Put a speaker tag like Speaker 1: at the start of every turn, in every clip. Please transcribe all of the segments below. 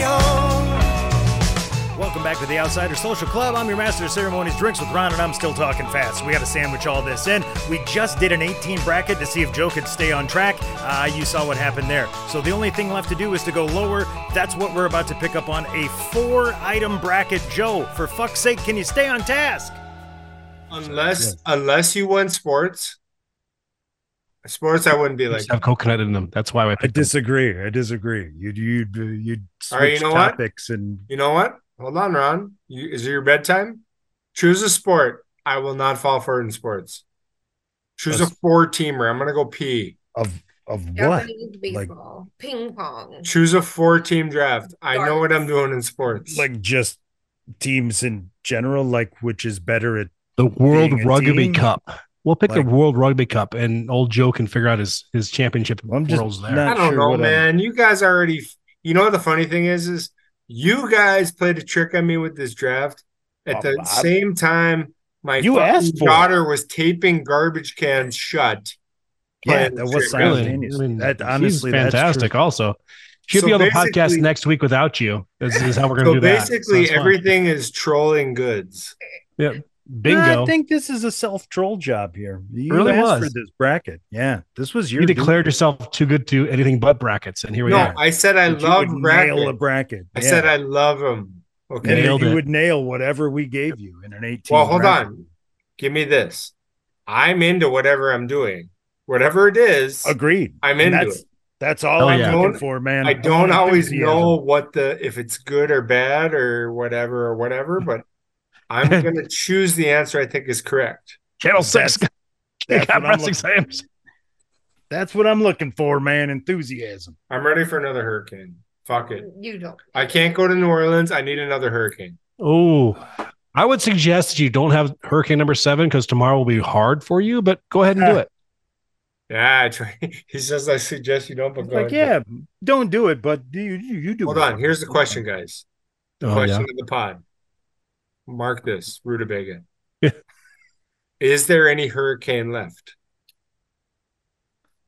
Speaker 1: home.
Speaker 2: Welcome back to the Outsider Social Club. I'm your master of ceremonies, drinks with Ron, and I'm still talking fast. We got to sandwich all this in. We just did an 18 bracket to see if Joe could stay on track. Uh, you saw what happened there. So the only thing left to do is to go lower. That's what we're about to pick up on a four-item bracket. Joe, for fuck's sake, can you stay on task?
Speaker 3: Unless unless you win sports, sports I wouldn't be like.
Speaker 4: Just have coconut in them. That's why I
Speaker 5: I
Speaker 4: picked this.
Speaker 5: disagree. I disagree. You'd you'd you'd switch
Speaker 3: All right, you know what?
Speaker 5: topics and
Speaker 3: You know what? Hold on, Ron. You, is it your bedtime? Choose a sport. I will not fall for it in sports. Choose a
Speaker 4: That's-
Speaker 3: four teamer. I'm gonna go pee.
Speaker 5: of of what?
Speaker 6: Japanese baseball, ping pong.
Speaker 3: Choose a four team draft. I know what I'm doing in sports.
Speaker 5: Like just teams in general, like which is better at
Speaker 4: The World
Speaker 5: Being a
Speaker 4: Rugby
Speaker 5: team,
Speaker 4: Cup. We'll pick
Speaker 5: like-
Speaker 4: the World Rugby Cup, and old Joe can figure out his his championship.
Speaker 5: I'm just
Speaker 4: worlds there.
Speaker 5: not-
Speaker 3: I don't
Speaker 5: sure
Speaker 3: know,
Speaker 5: what I'm-
Speaker 3: man. You guys already. You know what the funny thing is? Is you guys played a trick on me with this draft. At the
Speaker 5: Oh, I-
Speaker 3: same time, my
Speaker 5: You
Speaker 3: fucking
Speaker 5: asked for it.
Speaker 3: daughter was taping garbage cans shut.
Speaker 5: yeah,
Speaker 3: playing
Speaker 5: that
Speaker 3: this
Speaker 5: was
Speaker 3: trick on me.
Speaker 4: Really,
Speaker 5: simultaneous.
Speaker 4: I mean,
Speaker 5: that
Speaker 4: she's
Speaker 5: honestly that's true.
Speaker 4: fantastic. Also, she'll
Speaker 3: So
Speaker 4: be on the podcast
Speaker 3: basically-
Speaker 4: next week without you. This is how we're going to
Speaker 3: So
Speaker 4: do that.
Speaker 3: basically,
Speaker 4: that's fine.
Speaker 3: everything is trolling goods.
Speaker 4: bingo.
Speaker 5: I think this is a self troll job here. You
Speaker 4: Really
Speaker 5: asked
Speaker 4: was.
Speaker 5: for this bracket. Yeah, this was your
Speaker 4: you declared yourself too good to anything but brackets, and here we
Speaker 3: No,
Speaker 4: are.
Speaker 3: I said I
Speaker 5: I
Speaker 3: love
Speaker 5: nail a
Speaker 3: bracket.
Speaker 5: bracket.
Speaker 3: I
Speaker 5: Yeah.
Speaker 3: said I love them.
Speaker 5: and
Speaker 3: Okay.
Speaker 5: then
Speaker 4: Nailed
Speaker 5: you
Speaker 4: it.
Speaker 5: would nail whatever we gave you in an eighteen.
Speaker 3: Well, hold
Speaker 5: bracket.
Speaker 3: on. Give me this. I'm into whatever I'm doing, whatever it is.
Speaker 5: Agreed.
Speaker 3: I'm
Speaker 5: And
Speaker 3: into
Speaker 5: that's
Speaker 3: it.
Speaker 5: that's all
Speaker 4: Hell
Speaker 5: I'm
Speaker 4: yeah.
Speaker 5: looking for, man.
Speaker 3: I don't always
Speaker 5: Enthusiasm.
Speaker 3: know what the if it's good or bad or whatever or whatever, but I'm gonna choose the answer I think is correct.
Speaker 4: Channel six.
Speaker 5: that's
Speaker 4: got
Speaker 5: what I'm
Speaker 4: breath
Speaker 5: looking-
Speaker 4: exams.
Speaker 5: That's what I'm looking for, man. Enthusiasm.
Speaker 3: I'm ready for another hurricane. Fuck it.
Speaker 6: You don't.
Speaker 3: I can't go to New Orleans. I need another hurricane.
Speaker 4: Oh, I would suggest that you don't have hurricane number seven because tomorrow will be hard for you, but go ahead and do it.
Speaker 3: Yeah, I try. he says I suggest you don't, but go
Speaker 5: like,
Speaker 3: ahead.
Speaker 5: yeah, don't do it, but you you, you do.
Speaker 3: Hold
Speaker 5: it.
Speaker 3: on. Here's the question, guys. The
Speaker 4: Oh,
Speaker 3: question
Speaker 4: yeah.
Speaker 3: of the pod. Mark this, rutabaga.
Speaker 4: Yeah.
Speaker 3: Is there any hurricane left?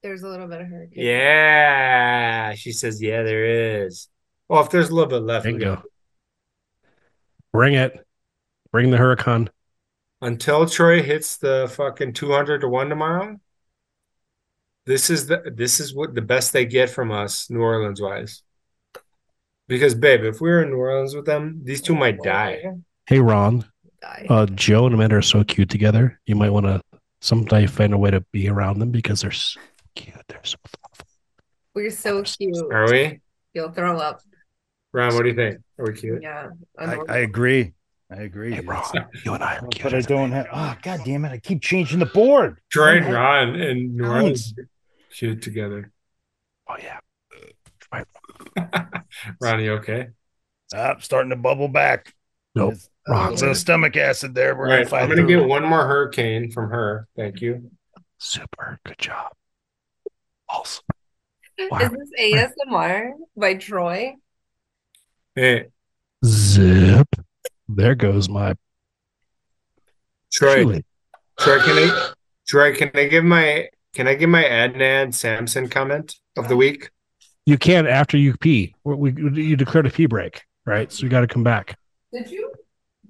Speaker 6: There's a little bit of hurricane.
Speaker 3: Yeah, she says, yeah, there is. Well, if there's a little bit left, we
Speaker 4: Bingo.
Speaker 3: got-
Speaker 4: Bring it. Bring the hurricane.
Speaker 3: until Troy hits the fucking two hundred to one tomorrow, this is the this is what the best they get from us, New Orleans wise. Because, babe, if we were in New Orleans with them, these two might die.
Speaker 4: Hey, Ron.
Speaker 6: Die.
Speaker 4: Uh, Joe and Amanda are so cute together. You might want to someday find a way to be around them because they're so cute. They're so thoughtful.
Speaker 6: We're so cute.
Speaker 3: Are we?
Speaker 6: You'll throw up.
Speaker 3: Ron, what do you think? Are we cute?
Speaker 6: Yeah.
Speaker 5: I, I agree. I agree.
Speaker 4: Hey, Ron, you and I are cute.
Speaker 5: But I don't have. Oh, god damn it! I keep changing the board.
Speaker 3: Troy and Ron and New
Speaker 5: Alex.
Speaker 3: Orleans are cute together.
Speaker 4: Oh, yeah.
Speaker 3: Ron, you okay?
Speaker 5: Ah, I'm starting to bubble back.
Speaker 4: Nope.
Speaker 5: It's-
Speaker 4: Wrong.
Speaker 5: It's a stomach acid there. We're
Speaker 3: All right,
Speaker 5: gonna
Speaker 3: I'm
Speaker 5: fight
Speaker 3: gonna
Speaker 5: through
Speaker 3: get
Speaker 5: it.
Speaker 3: one more hurricane from her. Thank you.
Speaker 4: Super. Good job. Awesome.
Speaker 6: Is this ASMR by Troy?
Speaker 3: Hey,
Speaker 4: Zip. There goes my.
Speaker 3: Troy, Troy, can I, Troy, can I give my, can I give my Adnan Samson comment of the week?
Speaker 4: You can after you pee. We, we- you declared a pee break, right? So you got to come back.
Speaker 6: Did you?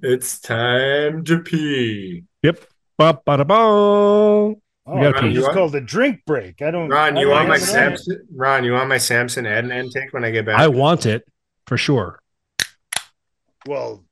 Speaker 3: It's time to pee.
Speaker 4: Ba, ba, da, ba.
Speaker 5: Oh,
Speaker 4: You gotta
Speaker 5: Ron,
Speaker 3: pee.
Speaker 5: it's called a drink break. I don't.
Speaker 3: Ron,
Speaker 5: I
Speaker 3: you
Speaker 5: don't
Speaker 3: want my
Speaker 5: have it on.
Speaker 3: Samson? Ron, you want my Samson Adnan take when I get back?
Speaker 4: I want it for sure.
Speaker 5: Well,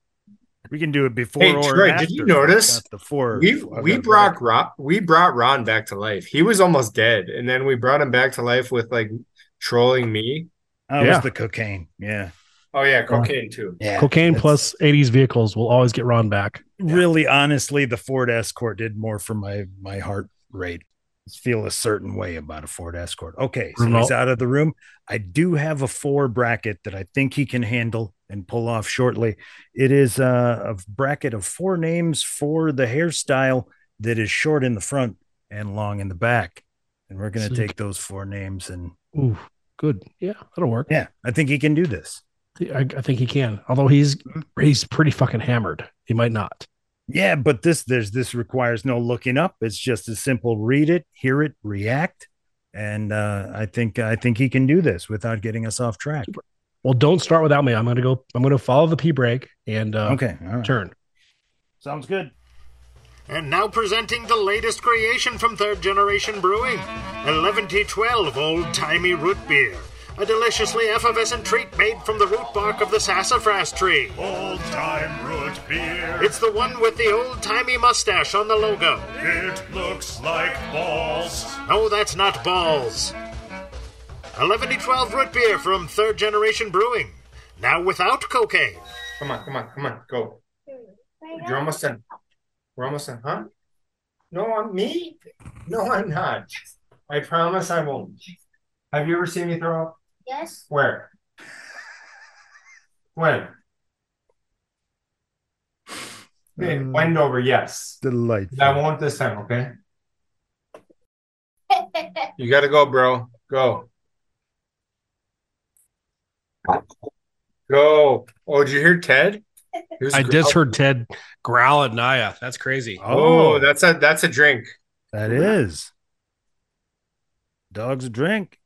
Speaker 5: we can do it before
Speaker 3: Hey,
Speaker 5: or
Speaker 3: Troy,
Speaker 5: after.
Speaker 3: did you notice?
Speaker 5: Not the four.
Speaker 3: we
Speaker 5: I've
Speaker 3: we
Speaker 5: got-
Speaker 3: brought Ron, we brought Ron back to life. He was almost dead, and then we brought him back to life with like trolling me.
Speaker 5: Oh, it
Speaker 4: Yeah.
Speaker 5: was the cocaine. Yeah.
Speaker 3: Oh yeah, cocaine too.
Speaker 5: Yeah.
Speaker 4: Cocaine
Speaker 5: That's-
Speaker 4: plus 80s vehicles will always get Ron back.
Speaker 5: really honestly the ford escort did more for my my heart rate Just feel a certain way about a ford escort okay so
Speaker 4: Remote.
Speaker 5: he's out of the room i do have a four bracket that i think he can handle and pull off shortly. It is uh, a bracket of four names for the hairstyle that is short in the front and long in the back. And we're going to
Speaker 4: Sick.
Speaker 5: take those four names. And
Speaker 4: Ooh, good. Yeah, that'll work.
Speaker 5: yeah, I think he can do this.
Speaker 4: I, I think he can. Although he's he's pretty fucking hammered. He might not.
Speaker 5: Yeah, but this there's this requires no looking up. It's just as simple read it, hear it, react. And uh, I think I think he can do this without getting us off track.
Speaker 4: Well, don't start without me. I'm gonna go. I'm gonna follow the pee break and uh,
Speaker 5: Okay, all right.
Speaker 4: turn.
Speaker 5: Sounds good.
Speaker 2: And now presenting the latest creation from Third Generation Brewing 11T12 Old Timey Root Beer. A deliciously effervescent treat made from the root bark of the sassafras tree.
Speaker 7: Old time root beer.
Speaker 2: It's the one with the old timey mustache on the logo.
Speaker 7: It looks like balls.
Speaker 2: No, that's not balls. 11D12 root beer from Third Generation Brewing. Now without cocaine.
Speaker 3: Come on, come on, come on, go. You're almost done. We're almost done, huh? No, I'm me? No, I'm not. I promise I won't. Have you ever seen me throw up?
Speaker 8: Yes.
Speaker 3: Where? When? Okay,
Speaker 5: Um,
Speaker 3: Wendover, yes.
Speaker 5: Delightful.
Speaker 3: I won't this time, okay? You gotta go, bro. Go. Go. Oh, did you hear Ted? He was
Speaker 4: I
Speaker 3: gr-
Speaker 5: oh.
Speaker 4: just heard Ted growl at Naya. That's crazy.
Speaker 3: Oh, that's a that's a drink.
Speaker 5: That is. Dogs drink.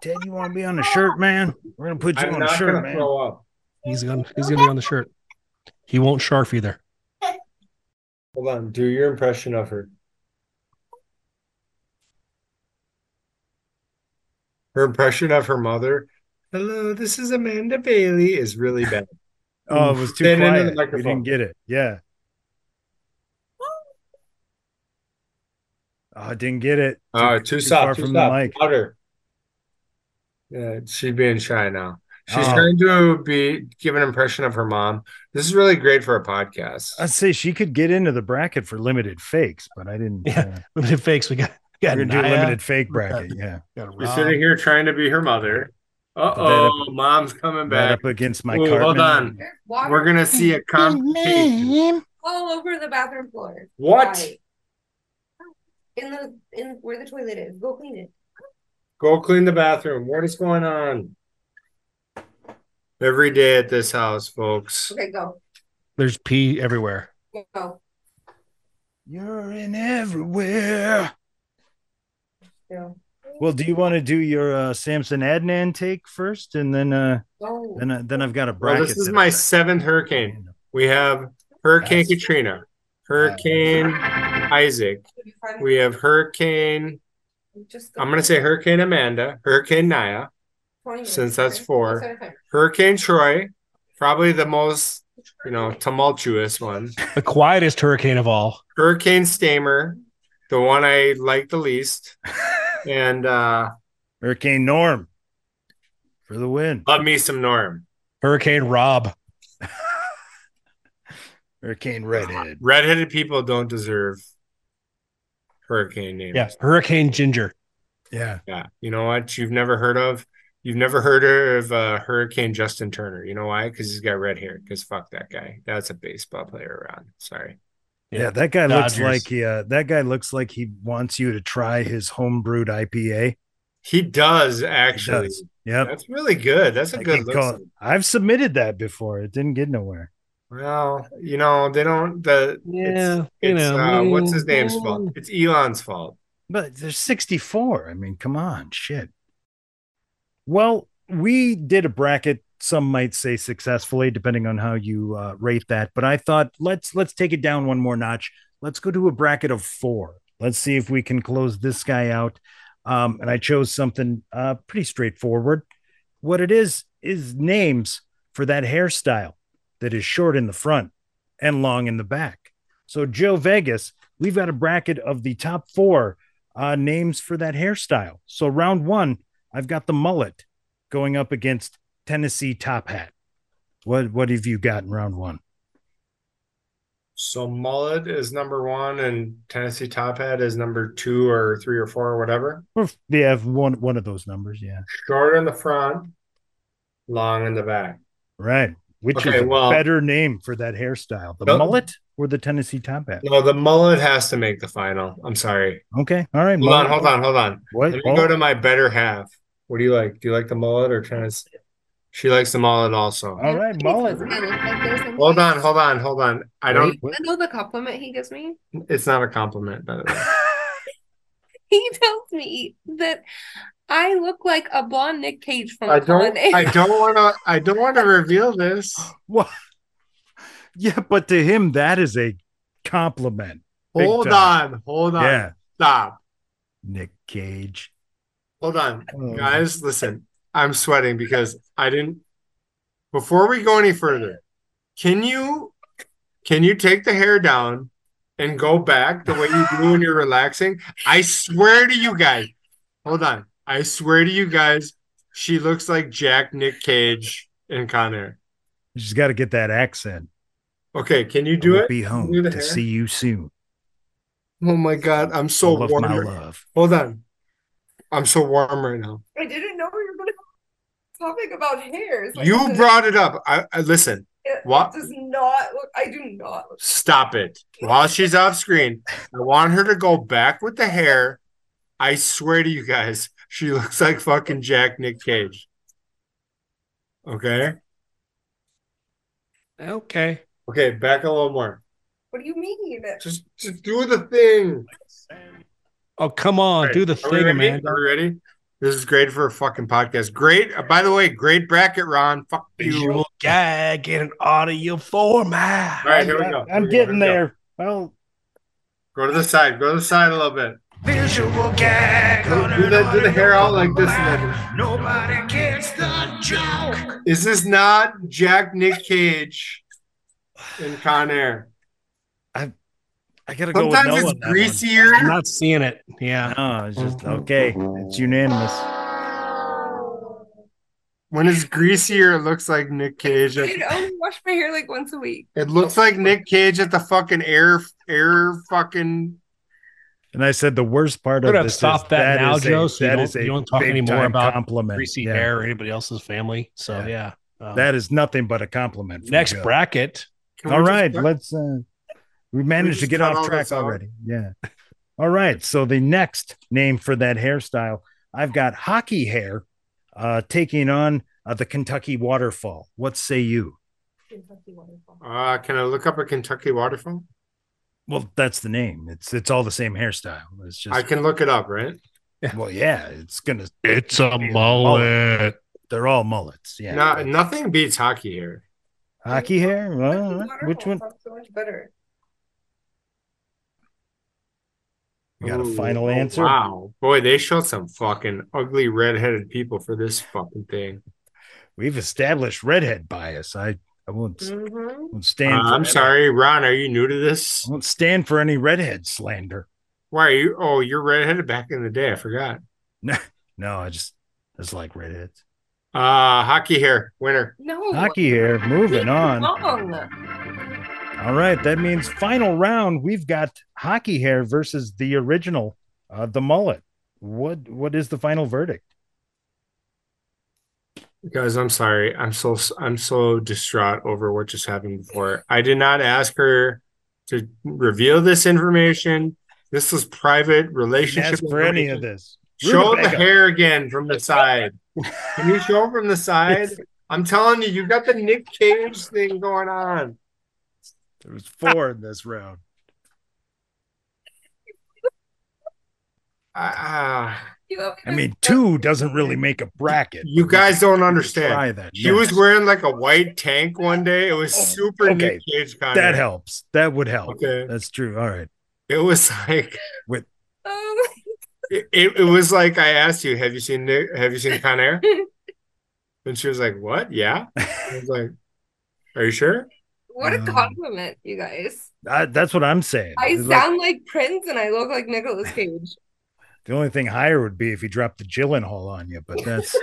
Speaker 5: Ted, you want to be on the shirt, man? We're gonna put you
Speaker 3: I'm
Speaker 5: on the
Speaker 3: not
Speaker 5: shirt,
Speaker 3: gonna
Speaker 5: man.
Speaker 3: throw up.
Speaker 4: He's gonna he's gonna be on the shirt. He won't sharf either.
Speaker 3: Hold on, do your impression of her. Her impression of her mother. Hello, this is Amanda Bailey is really bad.
Speaker 5: Oh, it was too
Speaker 3: Stand into the
Speaker 5: quiet. We didn't
Speaker 3: microphone.
Speaker 5: get it. Yeah. Oh, I didn't get it.
Speaker 3: Uh, too soft,
Speaker 5: far
Speaker 3: too
Speaker 5: from the
Speaker 3: soft.
Speaker 5: mic.
Speaker 3: Louder. Yeah, she's being shy now. She's
Speaker 5: Oh.
Speaker 3: trying to be give an impression of her mom. This is really great for a podcast.
Speaker 5: I'd say she could get into the bracket for limited fakes, but I didn't.
Speaker 4: Yeah.
Speaker 5: uh,
Speaker 4: Limited fakes. We got we got
Speaker 5: we're gonna do a
Speaker 3: uh,
Speaker 4: Naya,
Speaker 5: limited fake bracket. Yeah,
Speaker 4: we got
Speaker 3: You're
Speaker 4: Rob.
Speaker 3: sitting here trying to be her mother. Uh-oh, mom's coming
Speaker 5: right
Speaker 3: back.
Speaker 5: up against my
Speaker 3: Ooh,
Speaker 5: Cartman.
Speaker 3: hold on.
Speaker 6: There's water
Speaker 3: We're gonna see a complication.
Speaker 6: all over the bathroom floor.
Speaker 3: What?
Speaker 6: Why? In the in where the toilet is. Go clean it.
Speaker 3: Go clean the bathroom. What is going on? Every day at this house, folks.
Speaker 6: Okay, go.
Speaker 4: There's pee everywhere.
Speaker 6: Go.
Speaker 5: You're in everywhere.
Speaker 6: Go.
Speaker 5: Well, do you want to do your uh, Samson Adnan take first, and then uh,
Speaker 6: Go.
Speaker 5: then I then I've got a
Speaker 3: Well,
Speaker 5: bracket.
Speaker 3: this is
Speaker 5: that
Speaker 3: my
Speaker 5: I've
Speaker 3: seventh hurricane. We have Hurricane
Speaker 5: That's-
Speaker 3: Katrina, Hurricane Isaac.
Speaker 6: You find-
Speaker 3: We have Hurricane,
Speaker 6: just go.
Speaker 3: I'm going to say Hurricane Amanda, Hurricane Naya,
Speaker 6: 20 minutes,
Speaker 3: since that's
Speaker 6: okay?
Speaker 3: four.
Speaker 6: Set a timer.
Speaker 3: Hurricane Troy, probably the most, you know, tumultuous one.
Speaker 4: The quietest hurricane of all.
Speaker 3: Hurricane Stamer, the one I like the least. And uh
Speaker 5: Hurricane Norm for the win.
Speaker 3: love me some Norm.
Speaker 4: Hurricane Rob.
Speaker 5: Hurricane Redhead.
Speaker 3: Redheaded people don't deserve hurricane names.
Speaker 4: Yeah. Hurricane Ginger.
Speaker 5: Yeah.
Speaker 3: Yeah. You know what? You've never heard of you've never heard of uh, Hurricane Justin Turner. You know why? Because he's got red hair. Because fuck that guy. That's a baseball player around. Sorry.
Speaker 5: Yeah, that guy looks
Speaker 4: Dodgers.
Speaker 5: like he uh, that guy looks like he wants you to try his homebrewed IPA.
Speaker 3: He does actually.
Speaker 5: does. Yep.
Speaker 3: That's really good. That's a
Speaker 5: I
Speaker 3: good
Speaker 5: keep
Speaker 3: look.
Speaker 5: calling- I've submitted that before. It didn't get nowhere.
Speaker 3: Well, you know, they don't the it's, it's uh, what's his name's fault? It's Elon's fault.
Speaker 5: But there's 64. I mean, come on, shit. Well, we did a bracket. Some might say successfully, depending on how you uh, rate that. But I thought let's let's take it down one more notch. Let's go to a bracket of four. Let's see if we can close this guy out. Um, and I chose something uh, pretty straightforward. What it is is names for that hairstyle that is short in the front and long in the back. So Joe Vegas, we've got a bracket of the top four uh, names for that hairstyle. So round one, I've got the mullet going up against Tennessee top hat. What what have you got in round one?
Speaker 3: So mullet is number one, and Tennessee top hat is number two or three or four or whatever.
Speaker 5: Or if They have one one of those numbers, yeah,
Speaker 3: Short in the front, long in the back.
Speaker 5: Right. Which
Speaker 3: Okay,
Speaker 5: is a
Speaker 3: well-
Speaker 5: better name for that hairstyle? The
Speaker 3: No.
Speaker 5: mullet or the Tennessee top hat?
Speaker 3: No, the mullet has to make the final. I'm sorry.
Speaker 5: Okay. All right.
Speaker 3: Hold on, hold on, hold on.
Speaker 5: What?
Speaker 3: Let me
Speaker 5: Oh,
Speaker 3: go to my better half. What do you like? Do you like the mullet or Tennessee? She likes the mullet also.
Speaker 5: all right, mullet.
Speaker 6: I look like this and-
Speaker 3: Hold on, hold on, hold on. I don't.
Speaker 5: Wait,
Speaker 6: I know the compliment he gives me.
Speaker 3: It's not a compliment, by the way.
Speaker 6: He tells me that I look like a blonde Nick Cage from
Speaker 3: I
Speaker 6: Holiday.
Speaker 3: don't. I don't want to. I don't want to reveal this.
Speaker 5: what? Yeah, but to him, that is a compliment. Big
Speaker 3: Hold
Speaker 5: time.
Speaker 3: on, hold on.
Speaker 5: Yeah.
Speaker 3: Stop.
Speaker 5: Nick Cage.
Speaker 3: Hold on,
Speaker 5: Oh.
Speaker 3: guys. Listen, I'm sweating because I didn't. Before we go any further, can you can you take the hair down and go back the way you do when you're relaxing? I swear to you guys. Hold on. I swear to you guys, she looks like Jack, Nick Cage, and Connor.
Speaker 5: She's got to get that accent.
Speaker 3: Okay, can you do
Speaker 5: I will
Speaker 3: it?
Speaker 5: Be home
Speaker 3: Do the
Speaker 5: to
Speaker 3: hair?
Speaker 5: see you soon.
Speaker 3: Oh my god, I'm so
Speaker 5: All of
Speaker 3: warm.
Speaker 5: my
Speaker 3: right-
Speaker 5: love.
Speaker 3: Hold on. I'm so warm right now.
Speaker 6: I didn't know we were going to topic about hairs. Like,
Speaker 3: You
Speaker 6: this-
Speaker 3: brought it up. I, I listen.
Speaker 6: it
Speaker 3: What?
Speaker 6: Does not look. I do not look.
Speaker 3: Stop it. While she's off screen, I want her to go back with the hair. I swear to you guys, she looks like fucking Jack Nick Cage. Okay.
Speaker 4: Okay.
Speaker 3: Okay, back a little more.
Speaker 6: What do you mean?
Speaker 3: Just just do the thing.
Speaker 4: Oh, come on. Do the
Speaker 3: Are we
Speaker 4: thing,
Speaker 3: ready?
Speaker 4: man.
Speaker 3: Are we ready? This is great for a fucking podcast. Great. uh, by the way, great bracket, Ron. Fuck you. All
Speaker 4: Visual gag in an audio format.
Speaker 3: right, here we go. Here we
Speaker 5: I'm
Speaker 3: go.
Speaker 5: getting
Speaker 3: Here we go.
Speaker 5: there. Well,
Speaker 3: Go to the side. Go to the side a little bit.
Speaker 7: Visual gag.
Speaker 3: Do do the, do the hair out like this. and then-
Speaker 7: Nobody gets the joke.
Speaker 3: Is this not Jack Nick Cage in Con Air?
Speaker 5: I got to go with
Speaker 3: Sometimes
Speaker 5: Noah.
Speaker 3: it's
Speaker 5: on that one.
Speaker 3: greasier.
Speaker 4: I'm not seeing it. Yeah.
Speaker 5: No, it's just
Speaker 4: Mm-hmm.
Speaker 5: okay. It's unanimous.
Speaker 3: When it's greasier, it looks like Nick Cage.
Speaker 6: I
Speaker 3: It
Speaker 6: only wash my hair like once a week.
Speaker 3: looks like Nick Cage at the fucking air air fucking.
Speaker 5: And I said the worst part
Speaker 4: We're
Speaker 5: of
Speaker 4: gonna
Speaker 5: this
Speaker 4: stop
Speaker 5: is
Speaker 4: that now,
Speaker 5: is a-
Speaker 4: Joe, so you
Speaker 5: that
Speaker 4: don't-
Speaker 5: is a
Speaker 4: you don't talk
Speaker 5: big
Speaker 4: anymore
Speaker 5: time
Speaker 4: about
Speaker 5: compliment.
Speaker 4: Greasy
Speaker 5: Yeah.
Speaker 4: hair or anybody else's family. So yeah. Um,
Speaker 5: That is nothing but a compliment. from
Speaker 4: next
Speaker 5: Joe.
Speaker 4: bracket.
Speaker 3: Can we
Speaker 5: All
Speaker 3: just-
Speaker 5: right, let's. Uh, we managed to
Speaker 3: just
Speaker 5: get
Speaker 3: cut
Speaker 5: off
Speaker 3: all
Speaker 5: track
Speaker 3: this out?
Speaker 5: already. Yeah. All right. So the next name for that hairstyle, I've got hockey hair, uh, taking on uh, the Kentucky waterfall. What say you?
Speaker 6: Kentucky waterfall.
Speaker 3: Uh, can I look up a Kentucky waterfall?
Speaker 5: Well, that's the name. It's it's all the same hairstyle. It's just
Speaker 3: I can look it up, right?
Speaker 5: well, yeah. It's gonna.
Speaker 4: It's
Speaker 3: Oh.
Speaker 4: a
Speaker 5: mullet. They're all mullets. Yeah.
Speaker 3: No, nothing beats hockey here.
Speaker 5: hockey hair. Well,
Speaker 6: Kentucky
Speaker 5: Uh, which
Speaker 6: waterfall
Speaker 5: one?
Speaker 6: sounds so much better.
Speaker 5: You got a
Speaker 3: Ooh,
Speaker 5: final
Speaker 3: oh,
Speaker 5: answer?
Speaker 3: Wow, boy, they showed some fucking ugly redheaded people for this fucking thing.
Speaker 5: We've established redhead bias. I I won't,
Speaker 6: Mhm.
Speaker 5: won't
Speaker 3: Uh,
Speaker 5: stand. for
Speaker 3: I'm
Speaker 5: that.
Speaker 3: sorry, Ron. Are you new to this?
Speaker 5: I won't stand for any redhead slander.
Speaker 3: Why are you? Oh, you're redheaded back in the day. I forgot.
Speaker 5: No, I just it's like redheads.
Speaker 3: Uh hockey hair winner.
Speaker 6: No.
Speaker 5: Hockey hair. Moving on.
Speaker 6: Wrong.
Speaker 5: All right, that means final round. We've got hockey hair versus the original, uh, the mullet. What what is the final verdict?
Speaker 3: Guys, I'm sorry. I'm so I'm so distraught over what just happened before. I did not ask her to reveal this information. This was private
Speaker 5: Didn't
Speaker 3: relationship.
Speaker 5: ask for any of
Speaker 3: information.
Speaker 5: this.
Speaker 3: Show the
Speaker 5: Rutabaga.
Speaker 3: hair again from the side. Can you show from the side? I'm telling you, you got the Nick Cage thing going on.
Speaker 5: There was four in this round.
Speaker 3: Ah, ah.
Speaker 5: I mean, two doesn't really make a bracket.
Speaker 3: you guys don't understand.
Speaker 5: Try that.
Speaker 3: She was
Speaker 5: next.
Speaker 3: wearing like a white tank one day. It was
Speaker 5: Oh,
Speaker 3: super
Speaker 5: okay.
Speaker 3: Nick Cage kind
Speaker 5: that helps. That would help.
Speaker 3: Okay.
Speaker 5: That's true. All right.
Speaker 3: It was like
Speaker 6: Oh,
Speaker 3: it, it it was like I asked you, have you seen Nick- have you seen Con Air? and she was like, What? Yeah. I was like, Are you sure?
Speaker 6: what a
Speaker 5: Um,
Speaker 6: compliment, you guys.
Speaker 5: I, that's what I'm saying.
Speaker 6: I
Speaker 5: It's like,
Speaker 6: sound like Prince and I look like Nicolas Cage.
Speaker 5: the only thing higher would be if he dropped the Gyllenhaal on you, but that's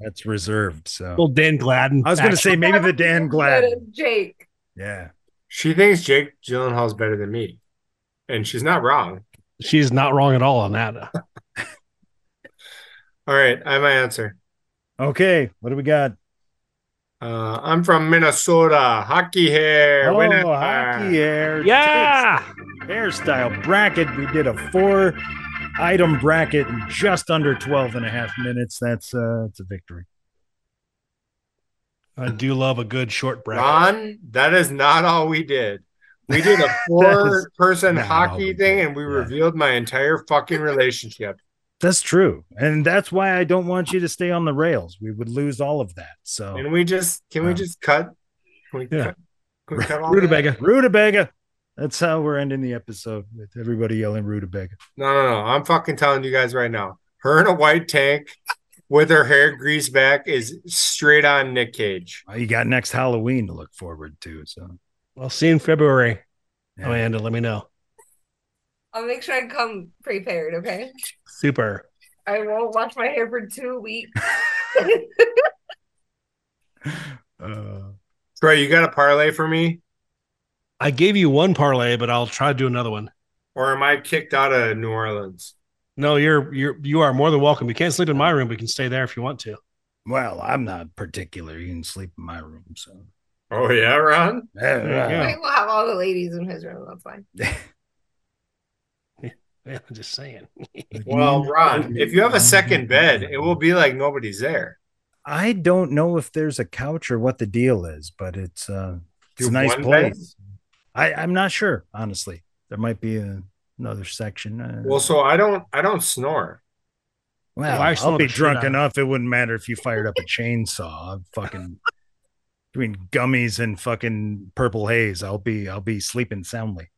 Speaker 5: that's reserved. So
Speaker 4: Well, Oh, Dan Gladden.
Speaker 5: I was going to say maybe the Dan Gladden.
Speaker 6: Jake.
Speaker 5: Yeah.
Speaker 3: She thinks Jake Gyllenhaal's better than me. And she's not wrong.
Speaker 4: she's not wrong at all on that.
Speaker 3: All right, I have my answer.
Speaker 5: Okay. What do we got?
Speaker 3: Uh, I'm from Minnesota. Hockey hair.
Speaker 5: Oh,
Speaker 3: winner. uh,
Speaker 5: hockey hair.
Speaker 4: Yeah.
Speaker 5: Tits. Hairstyle bracket. We did a four item bracket in just under 12 and a half minutes. That's uh, it's a victory.
Speaker 4: I do love a good short bracket.
Speaker 3: Ron, that is not all we did. We did a four-person
Speaker 5: not all we
Speaker 3: hockey
Speaker 5: did.
Speaker 3: thing, and we
Speaker 5: Yeah.
Speaker 3: revealed my entire fucking relationship.
Speaker 5: That's true. And that's why I don't want you to stay on the rails. We would lose all of that. So,
Speaker 3: Can we just? Can we
Speaker 5: Wow.
Speaker 3: just cut? Can we
Speaker 4: Yeah.
Speaker 3: cut? Can we cut all that?
Speaker 4: Rutabaga.
Speaker 5: rutabaga. That's how we're ending the episode with everybody yelling rutabaga.
Speaker 3: No, no, no. I'm fucking telling you guys right now. Her in a white tank with her hair greased back is straight on Nick Cage.
Speaker 5: Well, you got next Halloween to look forward to. So,
Speaker 4: I'll see you in February.
Speaker 5: yeah.
Speaker 4: Amanda, let me know.
Speaker 6: I'll make sure I come prepared, okay?
Speaker 4: Super.
Speaker 6: I won't wash my hair for two weeks.
Speaker 5: Uh,
Speaker 3: Troy, you got a parlay for me?
Speaker 4: I gave you one parlay, but I'll try to do another one.
Speaker 3: Or am I kicked out of New Orleans?
Speaker 4: No, you're you're you are more than welcome. You can't sleep in my room, but you can stay there if you want to.
Speaker 5: well, I'm not particular. You can sleep in my room. So,
Speaker 3: Oh yeah, Ron?
Speaker 4: Yeah.
Speaker 6: Like, we'll have all the ladies in his room. That's fine.
Speaker 4: Yeah, I'm just saying.
Speaker 5: Mm-hmm.
Speaker 3: Well, Ron, if you have a second bed, it will be like nobody's there.
Speaker 5: I don't know if there's a couch or what the deal is, but it's uh it's
Speaker 3: Do
Speaker 5: a nice
Speaker 3: one
Speaker 5: place. I, I'm not sure, honestly. There might be a, another section. Uh,
Speaker 3: Well, so I don't I don't snore.
Speaker 5: well,
Speaker 4: I still
Speaker 5: I'll be
Speaker 4: have a shit
Speaker 5: drunk
Speaker 4: on it.
Speaker 5: enough. It wouldn't matter if you fired up a chainsaw. I'm fucking between gummies and fucking purple haze. I'll be I'll be sleeping soundly.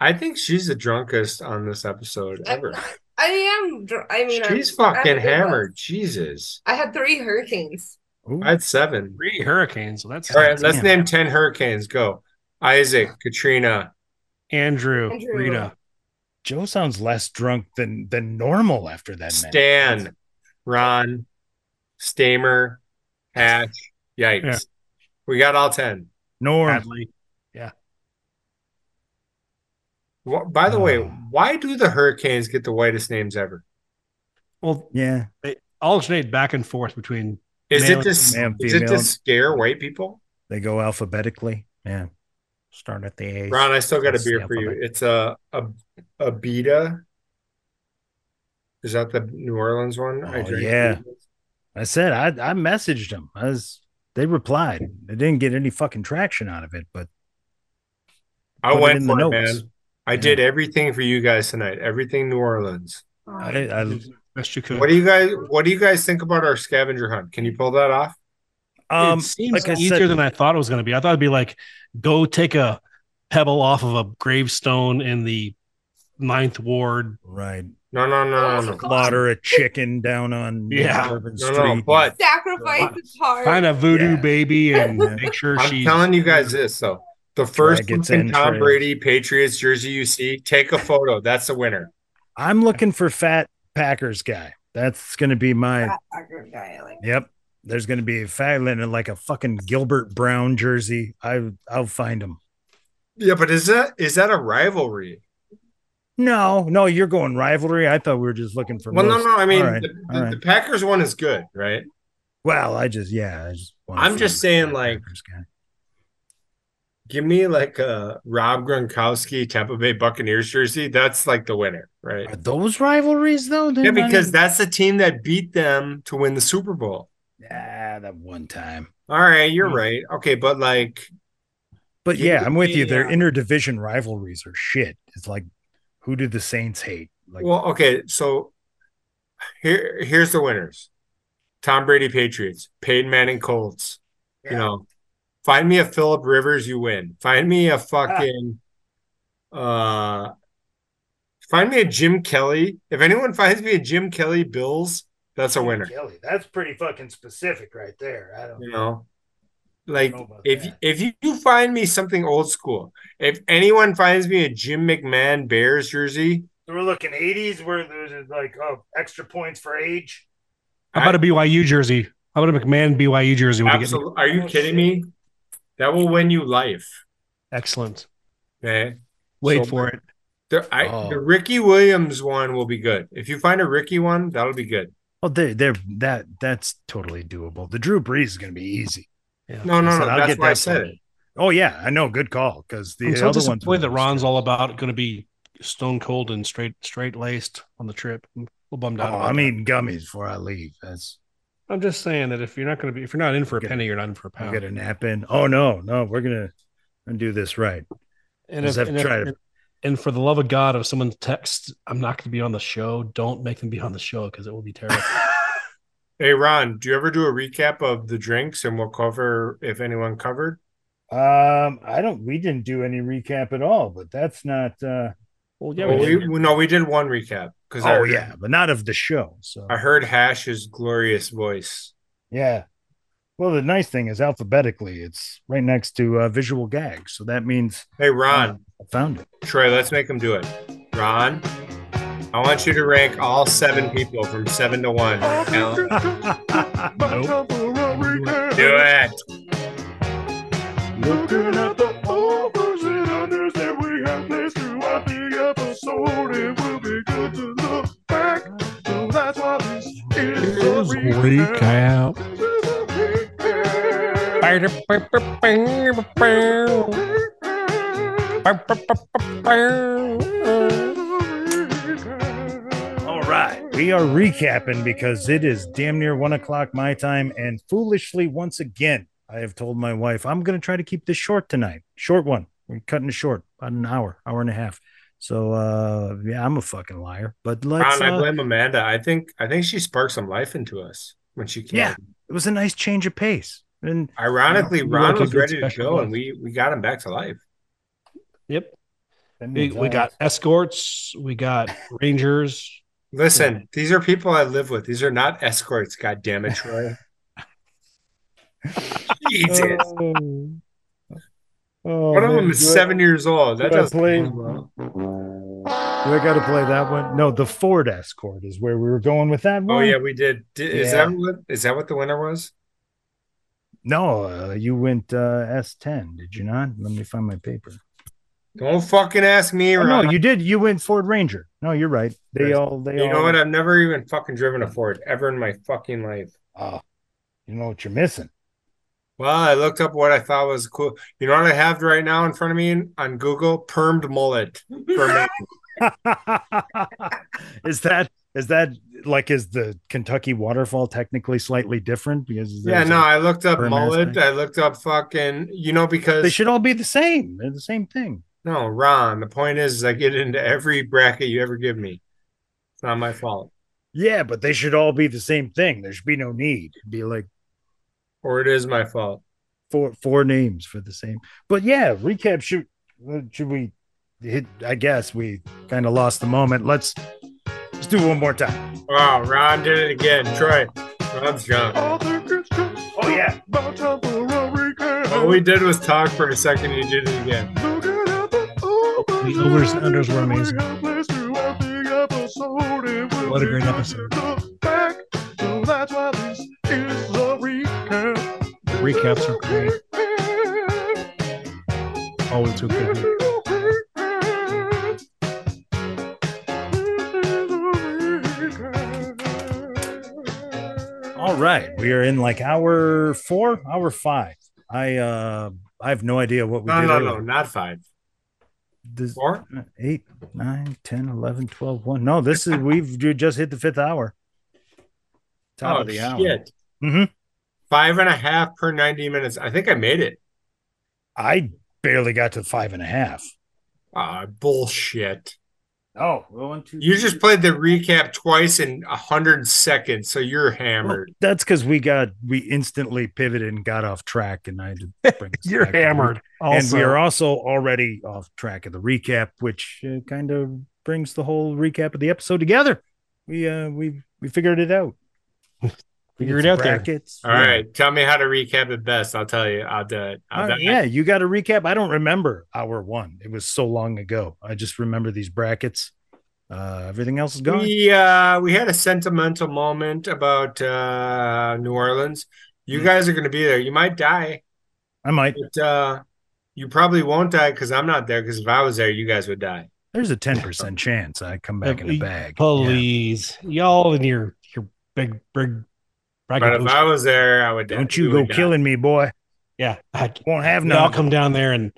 Speaker 3: I think she's the drunkest on this episode ever.
Speaker 6: I am. dr- I mean, I'm-
Speaker 3: She's fucking
Speaker 6: I'm-
Speaker 3: hammered. Jesus.
Speaker 6: I had three hurricanes.
Speaker 5: Ooh,
Speaker 3: I had seven.
Speaker 4: Three hurricanes. So that's
Speaker 3: All right, let's
Speaker 5: Damn.
Speaker 3: name ten hurricanes. Go. Isaac, Katrina,
Speaker 4: Andrew,
Speaker 6: Andrew.
Speaker 4: Rita,
Speaker 5: Joe sounds less drunk than than normal after that. many.
Speaker 3: Stan, Ron, Stamer, Hatch, yikes.
Speaker 4: Yeah.
Speaker 3: We got all 10.
Speaker 5: Norm.
Speaker 4: Bradley.
Speaker 3: Wh- By the way,
Speaker 5: Oh.
Speaker 3: why do the Hurricanes get the whitest names ever?
Speaker 4: Well,
Speaker 5: Yeah.
Speaker 4: they alternate back and forth between
Speaker 3: Is
Speaker 4: Male
Speaker 3: it this?
Speaker 5: and
Speaker 3: Is it
Speaker 5: female.
Speaker 3: to scare white people?
Speaker 5: They go alphabetically. Yeah. Start at the A.
Speaker 3: Ron, I still got a
Speaker 5: That's
Speaker 3: beer
Speaker 5: the
Speaker 3: for you.
Speaker 5: alphabet.
Speaker 3: It's a a, a beta. Is that the New Orleans one?
Speaker 5: Oh, yeah.
Speaker 3: Betas.
Speaker 5: I said I I messaged them. I was they replied. They didn't get any fucking traction out of it, but
Speaker 3: I
Speaker 5: Put it
Speaker 3: went
Speaker 5: in
Speaker 3: for
Speaker 5: the
Speaker 3: it,
Speaker 5: notes.
Speaker 3: man. I did everything for you guys tonight. Everything New Orleans.
Speaker 5: I, I
Speaker 4: best you could.
Speaker 3: Uh, What do you guys? What do you guys think about our scavenger hunt? Can you pull that off?
Speaker 5: um
Speaker 4: it seems
Speaker 5: like I
Speaker 4: easier
Speaker 5: said-
Speaker 4: than I thought it was going to be. I thought it'd be like go take a pebble off of a gravestone in the ninth ward.
Speaker 5: right
Speaker 3: No, no, no, no, no.
Speaker 5: slaughter a chicken down on
Speaker 4: Yeah.
Speaker 5: Bourbon
Speaker 3: No,
Speaker 5: Street.
Speaker 3: no, but
Speaker 6: Sacrifice is hard.
Speaker 4: Find a voodoo
Speaker 5: Yeah.
Speaker 4: baby and
Speaker 5: Yeah.
Speaker 4: make sure
Speaker 3: I'm
Speaker 4: she.
Speaker 3: telling you guys this though. The first
Speaker 5: Dragons
Speaker 3: fucking
Speaker 5: and
Speaker 3: Tom
Speaker 5: trails.
Speaker 3: Brady Patriots jersey you see, take a photo. That's the winner.
Speaker 5: I'm looking for fat Packers guy. That's gonna be my
Speaker 6: That soccer guy, like,
Speaker 5: yep. There's gonna be a fat and like a fucking Gilbert Brown jersey. I I'll find him.
Speaker 3: Yeah, but is that is that a rivalry?
Speaker 5: No, no, you're going rivalry. I thought we were just looking for.
Speaker 3: Well, no,
Speaker 5: most-
Speaker 3: no. I mean,
Speaker 5: All right,
Speaker 3: the,
Speaker 5: all right.
Speaker 3: the Packers one is good, right?
Speaker 5: Well, I just yeah. I just wanna
Speaker 3: I'm
Speaker 5: find
Speaker 3: just
Speaker 5: a
Speaker 3: saying,
Speaker 5: fat
Speaker 3: like,
Speaker 5: Packers guy.
Speaker 3: Give me like a Rob Gronkowski Tampa Bay Buccaneers jersey. That's like the winner, right?
Speaker 5: Are those rivalries though? They're
Speaker 3: Yeah,
Speaker 5: not
Speaker 3: because
Speaker 5: even-
Speaker 3: that's the team that beat them to win the Super Bowl.
Speaker 5: ah, that one time.
Speaker 3: All right, you're
Speaker 5: Hmm.
Speaker 3: right. Okay, but like,
Speaker 5: But
Speaker 3: Yeah,
Speaker 5: yeah, I'm with you. Their
Speaker 3: yeah.
Speaker 5: interdivision rivalries are shit. It's like, who do the Saints hate? Like,
Speaker 3: well, okay, so here here's the winners: Tom Brady Patriots, Peyton Manning Colts. You know, find me a Philip Rivers, you win. Find me
Speaker 5: Ah.
Speaker 3: a fucking uh find me a Jim Kelly. If anyone finds me a Jim Kelly Bills, that's a winner.
Speaker 5: Kelly, that's pretty fucking specific right there. I
Speaker 3: You know? Like
Speaker 5: know about
Speaker 3: if
Speaker 5: that.
Speaker 3: if you find me something old school, if anyone finds me a Jim McMahon Bears jersey,
Speaker 5: We're looking 80s where there's like, oh, extra points for age.
Speaker 4: How about a BYU jersey? How about a McMahon BYU jersey? When you get
Speaker 3: absolutely are you kidding me? That will win you life.
Speaker 4: excellent.
Speaker 3: Okay.
Speaker 4: Wait
Speaker 3: So-
Speaker 4: for it.
Speaker 3: The, I,
Speaker 5: Oh.
Speaker 3: the Ricky Williams one will be good. If you find a Ricky one, that'll be good.
Speaker 5: Oh, Well, they're, they're that that's totally doable. The Drew Brees is going to be easy.
Speaker 4: Yeah.
Speaker 3: No, no,
Speaker 4: I
Speaker 3: no.
Speaker 4: I'll
Speaker 3: That's
Speaker 4: get
Speaker 3: why I
Speaker 4: that
Speaker 3: said
Speaker 4: one.
Speaker 3: it.
Speaker 5: Oh yeah, I know. Good call because the
Speaker 4: I'm so
Speaker 5: other one's
Speaker 4: disappointed that Ron's all about going to be stone cold and straight straight laced on the trip. I'm a little bummed
Speaker 5: Oh,
Speaker 4: out. about
Speaker 5: I'm eating gummies before I leave. That's
Speaker 4: that. I'm just saying that if you're not going to be if you're not in for a
Speaker 5: Get-
Speaker 4: penny, you're not in for a
Speaker 5: I'll
Speaker 4: pound.
Speaker 5: get a nap in. Oh no, no, we're gonna, gonna do this right.
Speaker 4: and
Speaker 5: Just have
Speaker 4: if, and,
Speaker 5: to
Speaker 4: if-
Speaker 5: try to-
Speaker 4: and- and for the love of God, if someone texts, I'm not going to be on the show, don't make them be on the show because it will be terrible.
Speaker 3: Hey Ron, do you ever do a recap of the drinks and we'll cover if anyone covered?
Speaker 5: Um, I don't. We didn't do any recap at all, but that's not. uh
Speaker 4: well, yeah,
Speaker 3: Yeah,
Speaker 4: we
Speaker 3: we,
Speaker 4: did.
Speaker 3: no, we did one recap because I
Speaker 5: Oh
Speaker 3: heard,
Speaker 5: yeah, but not of the show. So
Speaker 3: I heard Hash's glorious voice.
Speaker 5: yeah. Well, the nice thing is alphabetically, it's right next to uh, visual gag, so that means uh,
Speaker 3: Hey Ron,
Speaker 5: I found it.
Speaker 4: Mm.
Speaker 3: Troy, let's make him do it. Ron, I want you to rank all seven people from seven to one. Alan, do it.
Speaker 7: Looking at the overs and understand we have plays throughout the episode. It will be good to look back. So that's why this is a recap. This is a recap.
Speaker 5: All right, we are recapping because it is damn near one o'clock my time, and foolishly once again, I have told my wife I'm going to try to keep this short tonight. Short one. We're cutting it short, about an hour, hour and a half. So uh yeah, I'm a fucking liar. But let's.
Speaker 3: Ron, I
Speaker 5: uh,
Speaker 3: blame Amanda. I think I think she sparked some life into us when she came.
Speaker 5: Yeah. it was a nice change of pace, and
Speaker 3: Ironically,
Speaker 4: You
Speaker 3: Ron
Speaker 4: like a
Speaker 3: was
Speaker 4: good
Speaker 3: ready to
Speaker 4: special
Speaker 3: go, and
Speaker 4: guest.
Speaker 3: we we got him back to life.
Speaker 4: Yep.
Speaker 5: Oh
Speaker 4: We, we got escorts. We got rangers.
Speaker 3: Listen, these are people I live with. These are not escorts. God damn it, Troy. Jesus.
Speaker 5: Oh. Oh,
Speaker 3: One of
Speaker 5: man,
Speaker 3: them is
Speaker 5: do I-
Speaker 3: seven years old. That oh,
Speaker 5: do I
Speaker 3: doesn't
Speaker 5: play-
Speaker 3: bode well.
Speaker 5: Do I got to play that one? No, the Ford Escort is where we were going with that
Speaker 3: Oh
Speaker 5: one.
Speaker 3: yeah, we did. Di- Is
Speaker 5: Yeah.
Speaker 3: that what is that what the winner was?
Speaker 5: No, uh, you went uh, S10, did you not? Let me find my paper.
Speaker 3: Don't fucking ask me,
Speaker 5: Oh,
Speaker 3: Ron.
Speaker 5: no,
Speaker 3: you,
Speaker 5: you did. You went Ford Ranger. No, you're right. They
Speaker 3: Right.
Speaker 5: all. They all.
Speaker 3: know what? I've never even fucking driven a Ford ever in my fucking life.
Speaker 5: Oh, you know what you're missing.
Speaker 3: Well, I looked up what I thought was cool. You know what I have right now in front of me on Google? Permed mullet. For men.
Speaker 5: is that is that like is the Kentucky waterfall technically slightly different because
Speaker 3: yeah,
Speaker 5: there's a-
Speaker 3: no, I looked up
Speaker 5: Perm
Speaker 3: mullet.
Speaker 5: aspect.
Speaker 3: I looked up fucking, you know,
Speaker 5: they
Speaker 3: because
Speaker 5: should all be the same. They're the same thing.
Speaker 3: no, Ron. The point is, is I get into every bracket you ever give me. It's not my fault.
Speaker 5: Yeah, but they should all be the same thing. There should be no need. It'd be like
Speaker 3: Or it is my fault.
Speaker 5: four four names for the same. But yeah, recap should uh, should we hit I guess we kind of lost the moment. Let's let's do it one more time.
Speaker 3: Wow, Ron did it again. Troy, Ron's drunk.
Speaker 7: I think it's just
Speaker 5: Oh, yeah.
Speaker 7: about time for a recap.
Speaker 3: All we did was talk for a second. You did it again.
Speaker 7: Looking at the overs
Speaker 4: The overs and unders were amazing.
Speaker 7: We have plays throughout the episode. It will
Speaker 4: What a
Speaker 7: be
Speaker 4: great
Speaker 7: good to
Speaker 4: episode.
Speaker 7: look back. So that's why this is a recap. This
Speaker 4: Recaps
Speaker 7: is a
Speaker 4: are great.
Speaker 7: recap.
Speaker 4: Always too
Speaker 7: This
Speaker 4: good.
Speaker 7: is a recap. This is a recap.
Speaker 5: All right, we are in like hour 4, hour 5. I uh I have no idea what we
Speaker 3: No,
Speaker 5: did.
Speaker 3: no,
Speaker 5: earlier.
Speaker 3: no, not five.
Speaker 5: This-
Speaker 3: Four?
Speaker 5: eight, nine, 10, 11, 12, 1. No, this is we've ju- just hit the fifth hour. Top
Speaker 3: oh,
Speaker 5: of the hour.
Speaker 3: shit.
Speaker 5: Mhm.
Speaker 3: Five and a half per 90 minutes. I think I made it.
Speaker 5: I barely got to five and a half.
Speaker 3: Ah, bullshit.
Speaker 5: Oh, one, two,
Speaker 3: You just played the recap twice in 100 seconds, so you're hammered.
Speaker 5: Well, that's because we got we instantly pivoted and got off track, and I had to bring us
Speaker 4: You're
Speaker 5: back to
Speaker 4: hammered.
Speaker 5: the- And
Speaker 4: Also,
Speaker 5: we are also already off track of the recap, which uh, kind of brings the whole recap of the episode together. We uh we we figured it out.
Speaker 4: Figure it out there.
Speaker 5: brackets.
Speaker 3: All right, tell me how to recap it best. I'll tell you. I'll do it. I'll
Speaker 5: Uh,
Speaker 3: do it.
Speaker 5: yeah, you got a recap. I don't remember hour one. It was so long ago. I just remember these brackets. Uh, everything else is gone.
Speaker 3: We uh, we had a sentimental moment about uh, New Orleans. You
Speaker 5: Mm.
Speaker 3: guys are going to be there. You might die,
Speaker 5: I might.
Speaker 3: but uh, you probably won't die because I'm not there. Because if I was there, you guys would die.
Speaker 5: There's a ten percent chance I come back in a bag. Yeah.
Speaker 4: please, y'all and your your big big bracket
Speaker 3: But if
Speaker 4: boost.
Speaker 3: I was there, I would. die.
Speaker 5: Don't you
Speaker 3: We
Speaker 5: go
Speaker 3: would die.
Speaker 5: killing me, boy.
Speaker 4: Yeah, I,
Speaker 5: Won't have
Speaker 4: we all
Speaker 5: none.
Speaker 4: come down there and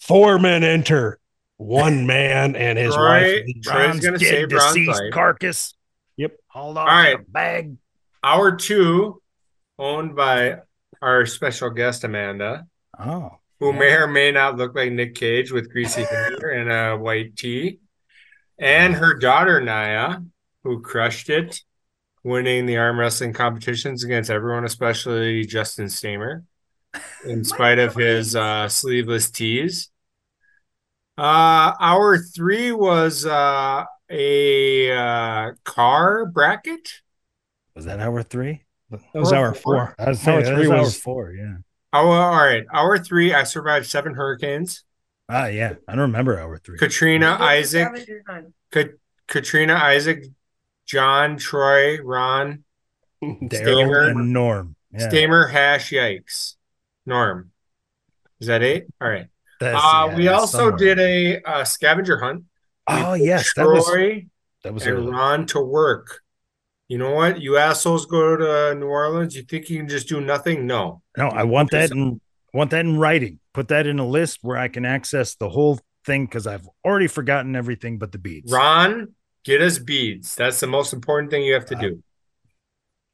Speaker 4: four men enter, one man and his
Speaker 3: Right.
Speaker 4: wife.
Speaker 3: Trey's
Speaker 5: Bronze
Speaker 3: gonna
Speaker 5: dead
Speaker 3: say Bronze
Speaker 5: deceased
Speaker 3: life.
Speaker 5: carcass.
Speaker 4: Yep.
Speaker 5: Hauled off
Speaker 3: All
Speaker 5: in a bag.
Speaker 3: Hour two, owned by our special guest Amanda,
Speaker 5: Oh.
Speaker 3: who may or may not look like Nick Cage with greasy hair and a white tee, and her daughter Naya, who crushed it, winning the arm wrestling competitions against everyone, especially Justin Stamer, in spite of his uh, sleeveless tees. Uh, hour three was uh, a uh, car bracket.
Speaker 5: Was that hour three?
Speaker 4: That was hour four.
Speaker 5: I was
Speaker 4: Hour
Speaker 5: saying, that
Speaker 4: three
Speaker 5: was hour
Speaker 4: was-
Speaker 5: four, yeah.
Speaker 3: Oh, well, all right. Hour three, I survived seven hurricanes.
Speaker 5: Ah, yeah. I don't remember hour three.
Speaker 3: Katrina,
Speaker 6: Look at
Speaker 3: Isaac,
Speaker 6: Scavenger's Hunt.
Speaker 3: Ka- Katrina, Isaac, John, Troy, Ron, Stamer.
Speaker 5: Daryl and Norm. Yeah,
Speaker 3: Stamer, Hash, Yikes, Norm. Is that it? All right.
Speaker 5: that's-
Speaker 3: Uh,
Speaker 5: yeah,
Speaker 3: we
Speaker 5: it's
Speaker 3: also
Speaker 5: somewhere.
Speaker 3: did a uh, scavenger hunt.
Speaker 5: Oh yes, that
Speaker 3: Troy
Speaker 5: was that was
Speaker 3: and
Speaker 5: early.
Speaker 3: Ron to work. You know what? You assholes go to New Orleans. You think you can just do nothing? No.
Speaker 5: No, I want that in I want that in writing. Put that in a list where I can access the whole thing because I've already forgotten everything but the beads.
Speaker 3: Ron, get us beads. That's the most important thing you have to
Speaker 5: Uh.
Speaker 3: do.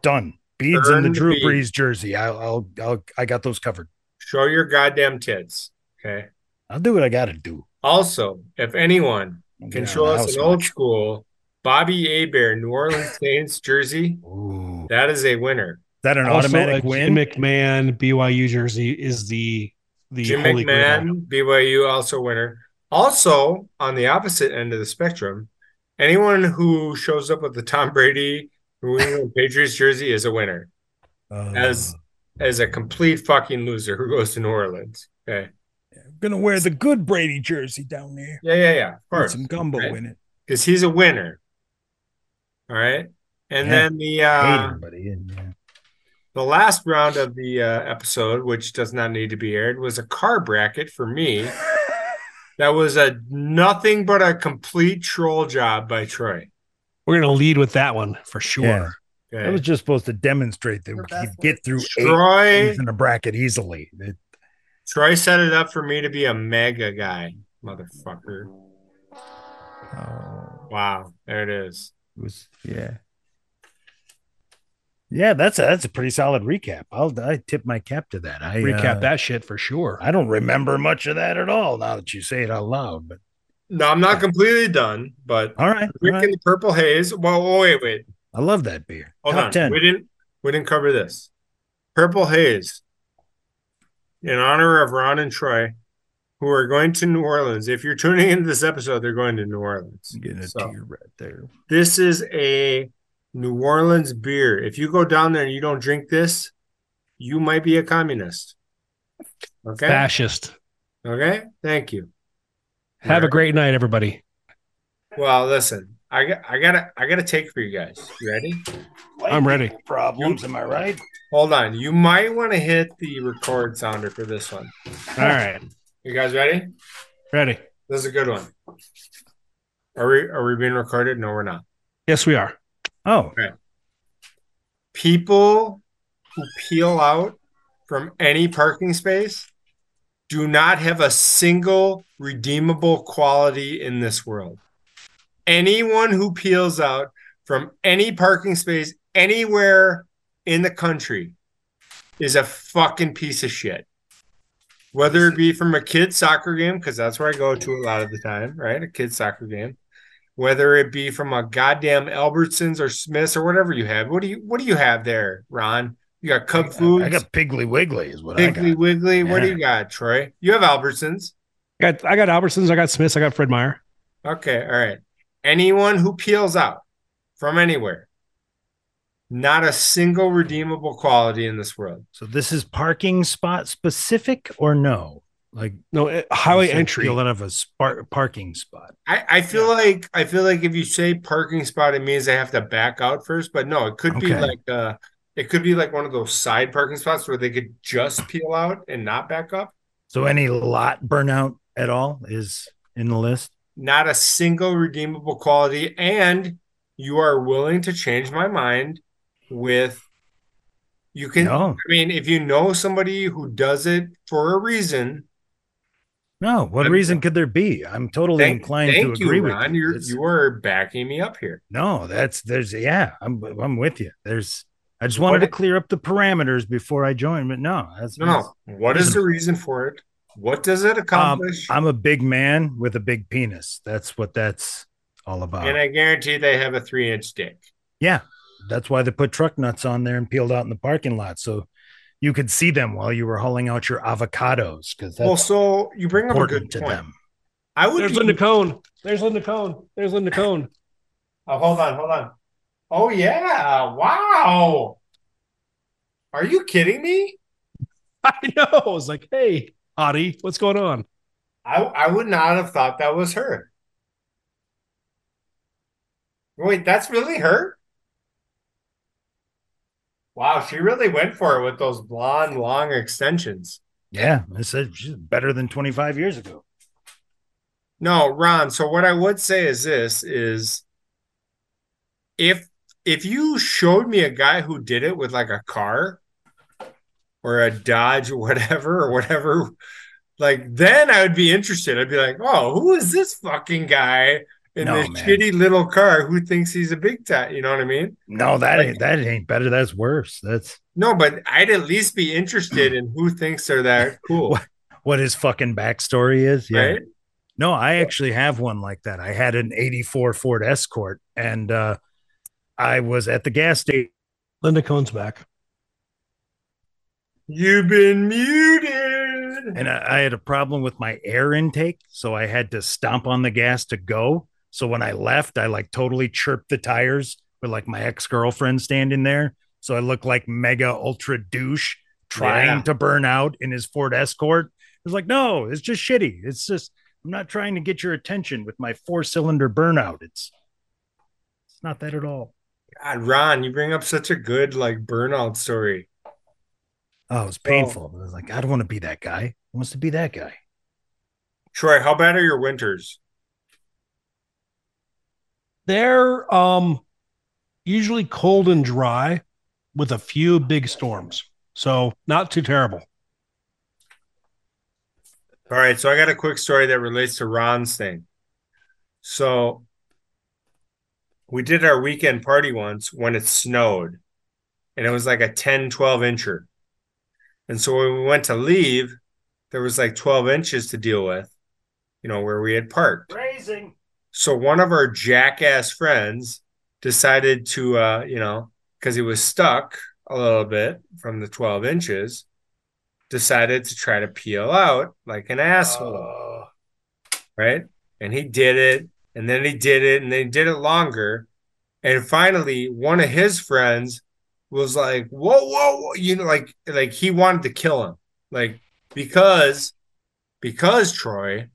Speaker 5: Done. Beads in
Speaker 3: Earn
Speaker 5: the
Speaker 3: the
Speaker 5: Drew
Speaker 3: beads.
Speaker 5: Brees jersey. I'll, I'll I'll I got those covered.
Speaker 3: Show your goddamn tits. Okay.
Speaker 5: I'll do what I got to do.
Speaker 3: Also, if anyone
Speaker 5: I'll
Speaker 3: can
Speaker 5: get
Speaker 3: show
Speaker 5: out of the
Speaker 3: us
Speaker 5: house
Speaker 3: an old
Speaker 5: much.
Speaker 3: school Bobby Abear New Orleans Saints jersey,
Speaker 5: Ooh, is
Speaker 3: that is a winner.
Speaker 5: that an
Speaker 4: Also,
Speaker 5: automatic
Speaker 4: a
Speaker 5: win?
Speaker 4: Jim McMahon BYU jersey is the the
Speaker 3: Jim
Speaker 4: holy grail.
Speaker 3: McMahon, BYU, also winner. Also, on the opposite end of the spectrum, anyone who shows up with the Tom Brady New England Patriots jersey is a winner,
Speaker 5: Uh,
Speaker 3: as as a complete fucking loser who goes to New Orleans. Okay.
Speaker 5: I'm gonna wear the good Brady jersey down there.
Speaker 3: Yeah, yeah, yeah. Of
Speaker 5: Put
Speaker 3: course.
Speaker 5: some gumbo
Speaker 3: Right.
Speaker 5: in it.
Speaker 3: Because he's a winner. All right.
Speaker 5: Yeah.
Speaker 3: And then the uh,
Speaker 5: Hater, but he didn't, yeah.
Speaker 3: The last round of the uh, episode, which does not need to be aired, was a car bracket for me. that was a nothing but a complete troll job by Troy.
Speaker 4: We're gonna lead with that one for sure.
Speaker 5: Yeah.
Speaker 3: Okay.
Speaker 5: That was just supposed to demonstrate that we could get through eight
Speaker 3: Troy.
Speaker 5: things in a bracket easily. It-
Speaker 3: Troy set it up for me to be a mega guy, motherfucker.
Speaker 7: Oh,
Speaker 3: Wow, there it is.
Speaker 7: it was yeah.
Speaker 5: yeah, that's a, that's a pretty solid recap. I'll I tip my cap to that. I
Speaker 4: Recap
Speaker 5: uh,
Speaker 4: that shit for sure.
Speaker 5: I don't remember much of that at all now that you say it out loud. But
Speaker 3: No, I'm not completely done, but
Speaker 5: all right, all
Speaker 3: drinking
Speaker 5: right.
Speaker 3: the purple haze. Well, whoa, wait, wait.
Speaker 5: I love that beer.
Speaker 3: Hold
Speaker 5: Top
Speaker 3: on.
Speaker 5: ten.
Speaker 3: We didn't we didn't cover this. Purple Haze. In honor of Ron and Troy, who are going to New Orleans. If you're tuning into this episode, they're going to New Orleans.
Speaker 7: I'm getting a
Speaker 3: So,
Speaker 7: tear right there.
Speaker 3: this is a New Orleans beer. If you go down there and you don't drink this, you might be a communist. Okay.
Speaker 4: Fascist.
Speaker 3: Okay. Thank you.
Speaker 4: Have a great night, everybody.
Speaker 3: Well, listen, I got I gotta I gotta take for you guys. You ready?
Speaker 4: I'm ready.
Speaker 5: Problems, am I right?
Speaker 3: Hold on. You might want to hit the record sounder for this one.
Speaker 4: All right.
Speaker 3: You guys ready?
Speaker 4: Ready.
Speaker 3: This is a good one. Are we are we being recorded? No, we're not.
Speaker 4: Yes, we are.
Speaker 5: Oh,
Speaker 3: People who peel out from any parking space do not have a single redeemable quality in this world. Anyone who peels out from any parking space anywhere in the country is a fucking piece of shit. Whether it be from a kid's soccer game, because that's where I go to a lot of the time, right? A kid's soccer game. Whether it be from a goddamn Albertsons or Smiths or whatever you have. What do you what do you have there, Ron? You got Cub Foods,
Speaker 5: I got Piggly Wiggly is what I
Speaker 3: Piggly
Speaker 5: got.
Speaker 3: Wiggly. What do
Speaker 5: Yeah.
Speaker 3: you got, Troy? You have Albertsons.
Speaker 4: I got I got Albertsons, I got Smiths, I got Fred Meyer.
Speaker 3: Okay, all right. Anyone who peels out from anywhere, not a single redeemable quality in this world.
Speaker 5: So this is parking spot specific or no? Like
Speaker 4: No, it, highway
Speaker 5: you said
Speaker 4: entry.
Speaker 5: Peel out of a spar- parking spot.
Speaker 3: I, I feel like I feel like if you say parking spot, it means they have to back out first. But no, it could be
Speaker 5: Okay.
Speaker 3: like uh it could be like one of those side parking spots where they could just peel out and not back up.
Speaker 5: So any lot burnout at all is in the list.
Speaker 3: not a single redeemable quality, and you are willing to change my mind with You can,
Speaker 5: no,
Speaker 3: I mean, if you know somebody who does it for a reason,
Speaker 5: no. What
Speaker 3: I'm-
Speaker 5: reason could there be? I'm totally
Speaker 3: thank,
Speaker 5: inclined
Speaker 3: thank
Speaker 5: to agree
Speaker 3: you,
Speaker 5: with
Speaker 3: Ron.
Speaker 5: you.
Speaker 3: You're,
Speaker 5: It's-
Speaker 3: you are backing me up here.
Speaker 5: No, that's there's yeah, I'm I'm with you. There's I just wanted
Speaker 3: What-
Speaker 5: to clear up the parameters before I joined, but no, that's
Speaker 3: No, what is the reason for it? What does it accomplish?
Speaker 5: I'm a big man with a big penis. That's what that's all about.
Speaker 3: and I guarantee they have a three inch dick.
Speaker 5: that's why they put truck nuts on there and peeled out in the parking lot so you could see them while you were hauling out your avocados because that's
Speaker 3: Well, so you bring up a
Speaker 5: important
Speaker 3: good
Speaker 5: to
Speaker 3: point.
Speaker 5: them.
Speaker 3: I would
Speaker 4: There's
Speaker 3: be-
Speaker 4: Linda Cohn. There's Linda Cohn. There's Linda Cohn.
Speaker 3: Oh, hold on, hold on. Oh yeah! Wow. Are you kidding me?
Speaker 4: I know. I was like, hey, Hottie, what's going on?
Speaker 3: I I would not have thought that was her. Wait, that's really her? Wow, she really went for it with those blonde long extensions.
Speaker 5: Yeah, I said she's better than 25 years ago.
Speaker 3: No, Ron, so what I would say is this is if if you showed me a guy who did it with like a car or a Dodge or whatever or whatever, like then I would be interested. I'd be like, oh, who is this fucking guy in
Speaker 5: No,
Speaker 3: this
Speaker 5: man.
Speaker 3: shitty little car who thinks he's a big time? You know what I mean?
Speaker 5: No, that
Speaker 3: Like-
Speaker 5: ain't that ain't better. That's worse. That's
Speaker 3: No, but I'd at least be interested in who thinks they're that cool,
Speaker 5: what his fucking backstory is. Yeah.
Speaker 3: right?
Speaker 5: No, I actually have one like that. I had an 84 Ford Escort and uh I was at the gas station.
Speaker 4: Linda Cohn's back.
Speaker 3: You've been muted.
Speaker 5: and I, I had a problem with my air intake, so I had to stomp on the gas to go. So when I left, I like totally chirped the tires with like my ex girlfriend standing there. So I looked like mega ultra douche trying
Speaker 3: Yeah.
Speaker 5: to burn out in his Ford Escort. It was like, no, it's just shitty. It's just I'm not trying to get your attention with my four cylinder burnout. It's it's not that at all.
Speaker 3: God, Ron, you bring up such a good like burnout story.
Speaker 5: Oh, it was painful. I was like, I don't want to be that guy. Who wants to be that guy?
Speaker 3: Troy, how bad are your winters?
Speaker 4: They're um usually cold and dry with a few big storms. So not too terrible.
Speaker 3: All right, so I got a quick story that relates to Ron's thing. So we did our weekend party once when it snowed, and it was like a 10, 12 incher. And so when we went to leave, there was like 12 inches to deal with, you know, where we had parked.
Speaker 5: Raising.
Speaker 3: So one of our jackass friends decided to, uh, you know, because he was stuck a little bit from the 12 inches, decided to try to peel out like an asshole, right? And he did it, and then he did it, and then he did it longer. And finally, one of his friends was like, whoa, whoa, whoa, you know, like, like he wanted to kill him, like, because, because Troy,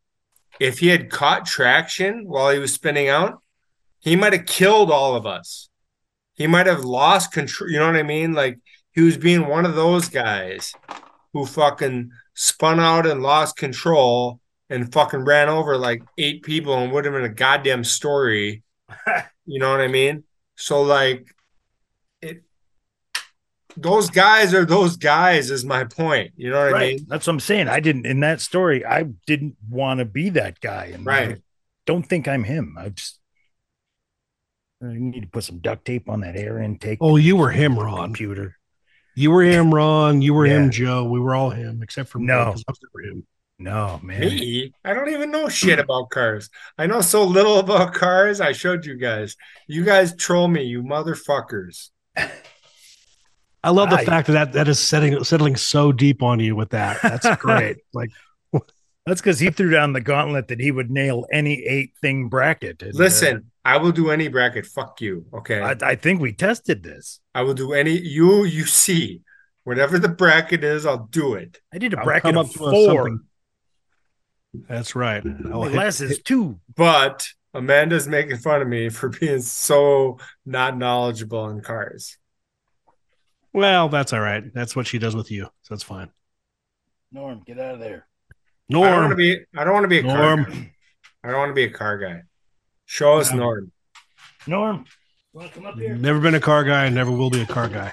Speaker 3: if he had caught traction while he was spinning out, he might have killed all of us. He might have lost control. You know what I mean? Like he was being one of those guys who fucking spun out and lost control and fucking ran over like eight people and would have been a goddamn story. you know what I mean? So like it those guys are those guys is my point. You know what I
Speaker 5: right.
Speaker 3: mean?
Speaker 5: That's what I'm saying. I didn't in that story. I didn't want to be that guy, and
Speaker 3: Right.
Speaker 5: I don't think I'm him. I just I need to put some duct tape on that air intake.
Speaker 4: Oh, you were him, Ron.
Speaker 5: Computer.
Speaker 4: You were him, Ron. You were
Speaker 5: Yeah.
Speaker 4: him, Joe. We were all him, except for me,
Speaker 5: No.
Speaker 4: 'cause I was never him.
Speaker 5: No, man.
Speaker 3: Me? I don't even know shit about cars. I know so little about cars. I showed you guys. You guys troll me, you motherfuckers.
Speaker 4: I love the
Speaker 5: I-
Speaker 4: fact that that is setting settling so deep on you with that. That's great. like
Speaker 5: That's because he threw down the gauntlet that he would nail any eight thing bracket. And, uh,
Speaker 3: Listen, I will do any bracket. Fuck you. Okay.
Speaker 5: I, I think we tested this.
Speaker 3: I will do any you you see. Whatever the bracket is, I'll do it.
Speaker 5: I did a
Speaker 4: I'll
Speaker 5: bracket
Speaker 4: come
Speaker 5: of
Speaker 4: up to a
Speaker 5: four.
Speaker 4: something. That's right. I will
Speaker 5: My
Speaker 4: hit-
Speaker 5: glasses two.
Speaker 3: But Amanda's making fun of me for being so not knowledgeable on cars.
Speaker 4: Well, that's all right. That's what she does with you. So that's fine.
Speaker 5: Norm, get out of there.
Speaker 3: I don't want to
Speaker 4: Norm.
Speaker 3: be I don't want to be a car guy.
Speaker 4: Norm.
Speaker 3: I don't want to be a car guy. Show us
Speaker 4: Um,
Speaker 3: Norm.
Speaker 5: Norm, you wanna come up here.
Speaker 4: Never been a car guy, never will be a car guy.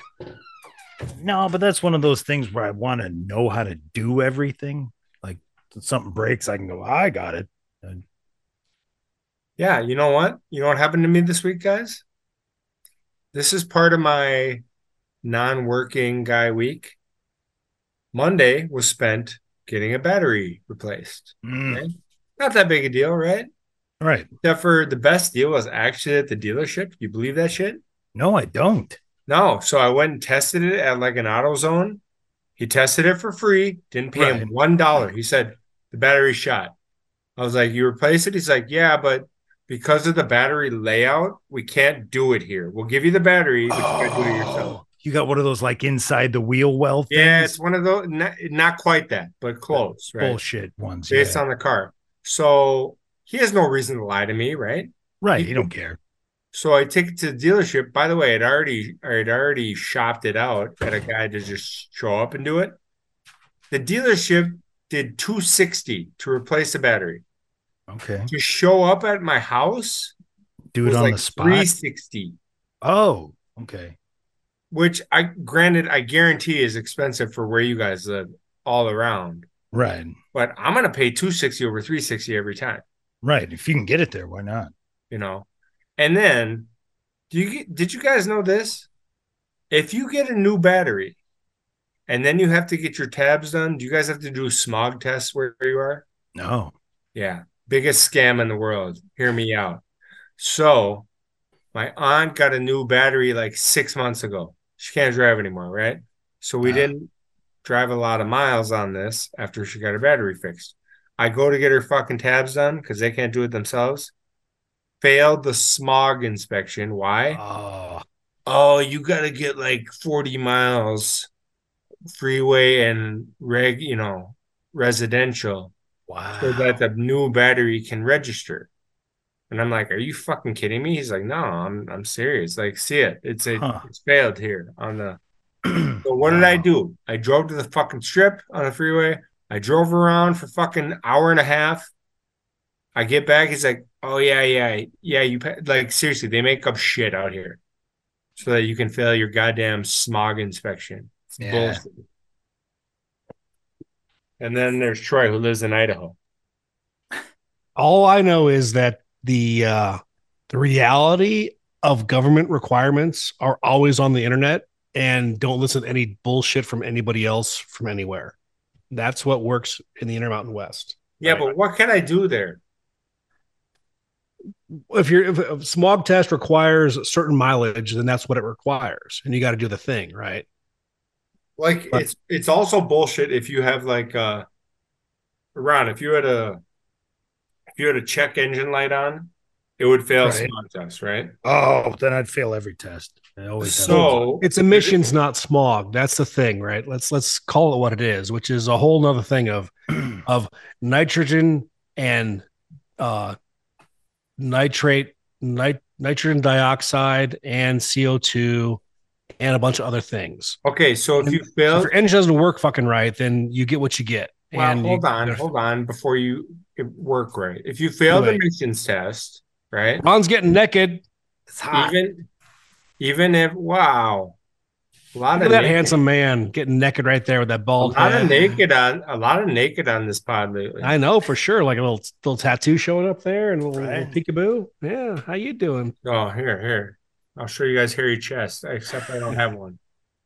Speaker 5: No, but that's one of those things where I want to know how to do everything. Like if something breaks, I can go, I got it.
Speaker 3: Yeah, you know what? You know what happened to me this week, guys? This is part of my non working guy week. Monday was spent getting a battery replaced.
Speaker 5: Mm.
Speaker 3: Not that big a deal, right?
Speaker 5: All right.
Speaker 3: Except for the best deal was actually at the dealership. You believe that shit?
Speaker 5: No, I don't.
Speaker 3: No. So I went and tested it at like an AutoZone. He tested it for free, didn't pay him one dollar. He said the battery's shot. I was like, "You replace it?" He's like, "Yeah, but because of the battery layout, we can't do it here. We'll give you the battery, but you gotta do it yourself."
Speaker 5: Oh, you got one of those like inside the wheel well things?
Speaker 3: Yeah, it's one of those. Not, not quite that, but close, right?
Speaker 5: bullshit ones.
Speaker 3: Based
Speaker 5: yeah.
Speaker 3: on the car. So he has no reason to lie to me, right?
Speaker 5: right. You don't care.
Speaker 3: So I take it to the dealership. By the way, I'd already I'd already shopped it out at a guy to just show up and do it. The dealership did 260 to replace the battery.
Speaker 5: Okay.
Speaker 3: To show up at my house
Speaker 5: Do it
Speaker 3: was
Speaker 5: on
Speaker 3: like
Speaker 5: the spot.
Speaker 3: 360,
Speaker 5: Oh, okay.
Speaker 3: which I granted I guarantee is expensive for where you guys live all around.
Speaker 5: Right.
Speaker 3: But I'm gonna pay 260 over 360 every time,
Speaker 5: Right. If you can get it there, why not?
Speaker 3: you know. And then do you get- did you guys know this? If you get a new battery and then you have to get your tabs done, do you guys have to do smog tests where you are?
Speaker 5: No.
Speaker 3: Yeah, biggest scam in the world. Hear me out. So, my aunt got a new battery like six months ago. She can't drive anymore, right? So, we
Speaker 5: Ah.
Speaker 3: didn't drive a lot of miles on this after she got her battery fixed. I go to get her fucking tabs done because they can't do it themselves. Failed the smog inspection. Why?
Speaker 5: Oh,
Speaker 3: Oh, you got to get like 40 miles freeway and reg, you know, residential
Speaker 5: wow.
Speaker 3: so that the new battery can register. And I'm like, "Are you fucking kidding me?" He's like, "No, I'm I'm serious. Like, see it. It's a,
Speaker 5: Huh.
Speaker 3: it's failed here on the." So what did I
Speaker 5: Wow.
Speaker 3: do? I drove to the fucking strip on the freeway. I drove around for fucking hour and a half. I get back. He's like, "Oh yeah, yeah, yeah. You pa-. like seriously? They make up shit out here, so that you can fail your goddamn smog inspection. It's
Speaker 5: Yeah.
Speaker 3: bullshit." And then there's Troy, who lives in Idaho.
Speaker 4: All I know is that the uh, the reality of government requirements are always on the internet, and don't listen to any bullshit from anybody else from anywhere. That's what works in the Intermountain West.
Speaker 3: Yeah,
Speaker 4: Right.
Speaker 3: but what can I do there?
Speaker 4: If you're if a smog test requires a certain mileage, then that's what it requires, and you got to do the thing right.
Speaker 3: Like
Speaker 4: But-
Speaker 3: it's it's also bullshit if you have like uh Ron, if you had a if you had a check engine light on, it would fail
Speaker 4: Right.
Speaker 3: smog test, right?
Speaker 5: Oh, then I'd fail every test. I always have those.
Speaker 3: So
Speaker 4: It's emissions, not smog. That's the thing, right? Let's let's call it what it is, which is a whole nother thing of of nitrogen and uh, nitrate, nit- nitrogen dioxide, and CO two, and a bunch of other things.
Speaker 3: okay, so if you
Speaker 4: So
Speaker 3: fail
Speaker 4: if your engine doesn't work fucking right, then you get what you get.
Speaker 3: well,
Speaker 4: and you-
Speaker 3: hold on, hold on before you work right. If you fail the
Speaker 4: Wait.
Speaker 3: emissions test, right?
Speaker 4: Ron's getting naked.
Speaker 3: It's hot. Even even if wow. A lot of
Speaker 4: Look at that
Speaker 3: naked-
Speaker 4: handsome man getting naked right there with that
Speaker 3: a
Speaker 4: bald
Speaker 3: lot of
Speaker 4: head.
Speaker 3: naked on a lot of naked on this pod lately.
Speaker 4: I know for sure, like a little little tattoo showing up there and a little,
Speaker 5: Right.
Speaker 4: little peekaboo. Yeah, how you doing?
Speaker 3: Oh, here, here. I'll show you guys hairy chest, except I don't have one.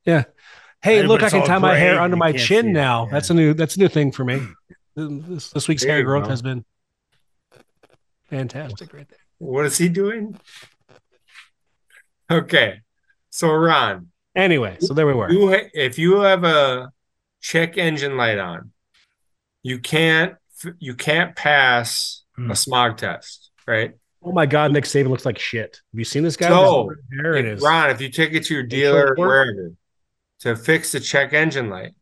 Speaker 4: Hey,
Speaker 5: Hey,
Speaker 4: look,
Speaker 5: but
Speaker 4: I
Speaker 5: it's
Speaker 4: can
Speaker 5: all
Speaker 4: tie my hair
Speaker 5: gray
Speaker 4: under
Speaker 5: and
Speaker 4: my
Speaker 5: you can't see
Speaker 4: chin
Speaker 5: it.
Speaker 4: now.
Speaker 5: Yeah.
Speaker 4: That's a new that's a new thing for me. This, this week's
Speaker 3: There
Speaker 4: hair
Speaker 3: you
Speaker 4: growth
Speaker 3: go.
Speaker 4: has been fantastic right there.
Speaker 3: What is he doing? Okay. So, Ron,
Speaker 4: Anyway, so there we were.
Speaker 3: you ha- if you have a check engine light on, you can't you can't pass
Speaker 5: Hmm.
Speaker 3: a smog test, right?
Speaker 4: Oh my god, Nick Saban looks like shit. Have you seen this guy?
Speaker 3: So,
Speaker 4: With his hair? It
Speaker 3: If-
Speaker 4: is.
Speaker 3: Ron, if you take it to your dealer or
Speaker 4: short work.
Speaker 3: wherever to fix the check engine light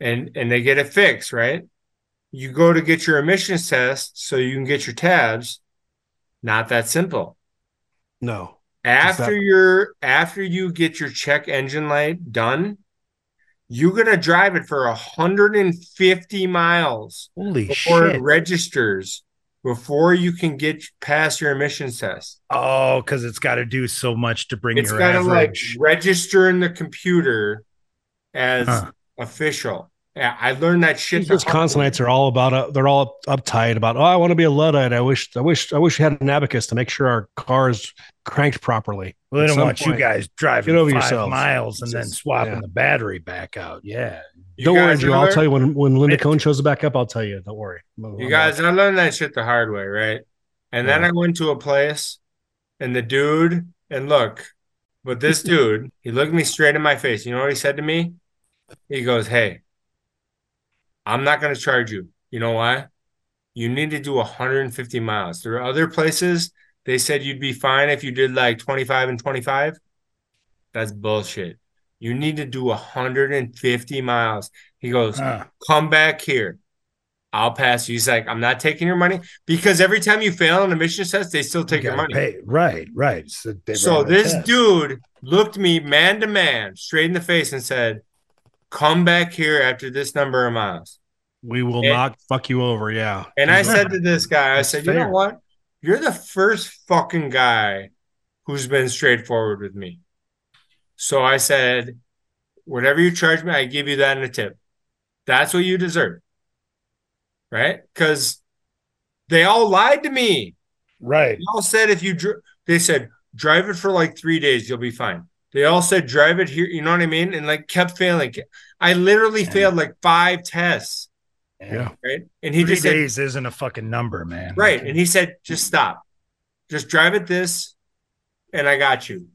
Speaker 3: and and they get it fixed, right? You go to get your emissions test so you can get your tabs. Not that simple.
Speaker 4: No.
Speaker 3: After
Speaker 4: that-
Speaker 3: your after you get your check engine light done, you're gonna drive it for 150 miles
Speaker 5: Holy
Speaker 3: before
Speaker 5: shit.
Speaker 3: it registers before you can get past your emissions test.
Speaker 5: Oh, because it's got to do so much to bring
Speaker 3: It's
Speaker 5: your
Speaker 3: got to like
Speaker 5: average.
Speaker 3: register in the computer as
Speaker 5: Huh.
Speaker 3: official. Yeah, I learned that shit. the
Speaker 4: Those
Speaker 3: hard way.
Speaker 4: consonants are all about. Uh, they're all up, uptight about. Oh, I want to be a luddite. I wish. I wish. I wish we had an abacus to make sure our cars cranked properly.
Speaker 5: well,
Speaker 4: at
Speaker 5: they don't
Speaker 4: some
Speaker 5: want you
Speaker 4: point.
Speaker 5: guys driving
Speaker 4: Get over
Speaker 5: five
Speaker 4: yourselves.
Speaker 5: miles and then
Speaker 4: Just-
Speaker 5: swapping
Speaker 4: yeah.
Speaker 5: the battery back out. Yeah.
Speaker 3: You
Speaker 4: don't worry,
Speaker 3: guys
Speaker 4: Drew.
Speaker 3: know
Speaker 4: I'll
Speaker 3: that?
Speaker 4: tell you when when Linda
Speaker 5: It-
Speaker 4: Cohn shows back up. I'll tell you. Don't worry.
Speaker 3: You guys, I learned that shit the hard way, right? And then I went to a place, and the dude, and look, but this dude, he looked me straight in my face. You know what he said to me? He goes, "Hey, I'm not going to charge you. You know why? You need to do 150 miles. There are other places they said you'd be fine if you did like 25 and 25. That's bullshit. You need to do 150 miles." He goes,
Speaker 5: Huh.
Speaker 3: come back here. I'll pass you. He's like, I'm not taking your money because every time you fail an emissions test, they still take
Speaker 5: You
Speaker 3: your
Speaker 5: gotta
Speaker 3: money.
Speaker 5: pay- Right, right. So, they
Speaker 3: So
Speaker 5: run a
Speaker 3: this
Speaker 5: test.
Speaker 3: dude looked me man to man straight in the face and said, Come back here after this number of miles.
Speaker 4: we will
Speaker 3: And-
Speaker 4: not fuck you over. Yeah.
Speaker 3: And I said to this guy, I
Speaker 5: That's
Speaker 3: said, You know
Speaker 5: fair.
Speaker 3: what? You're the first fucking guy who's been straightforward with me. So I said, Whatever you charge me, I give you that in a tip. That's what you deserve. Right? Because they all lied to me.
Speaker 5: Right.
Speaker 3: They all said, If you, dr-, they said, drive it for like three days, you'll be fine. They all said, drive it here. You know what I mean? And like kept failing. I literally failed like five tests.
Speaker 4: Yeah.
Speaker 3: Right. And he
Speaker 5: Three
Speaker 3: just said,
Speaker 5: days isn't a fucking number, man.
Speaker 3: Right. And he said, just stop. Just drive at this, and I got you.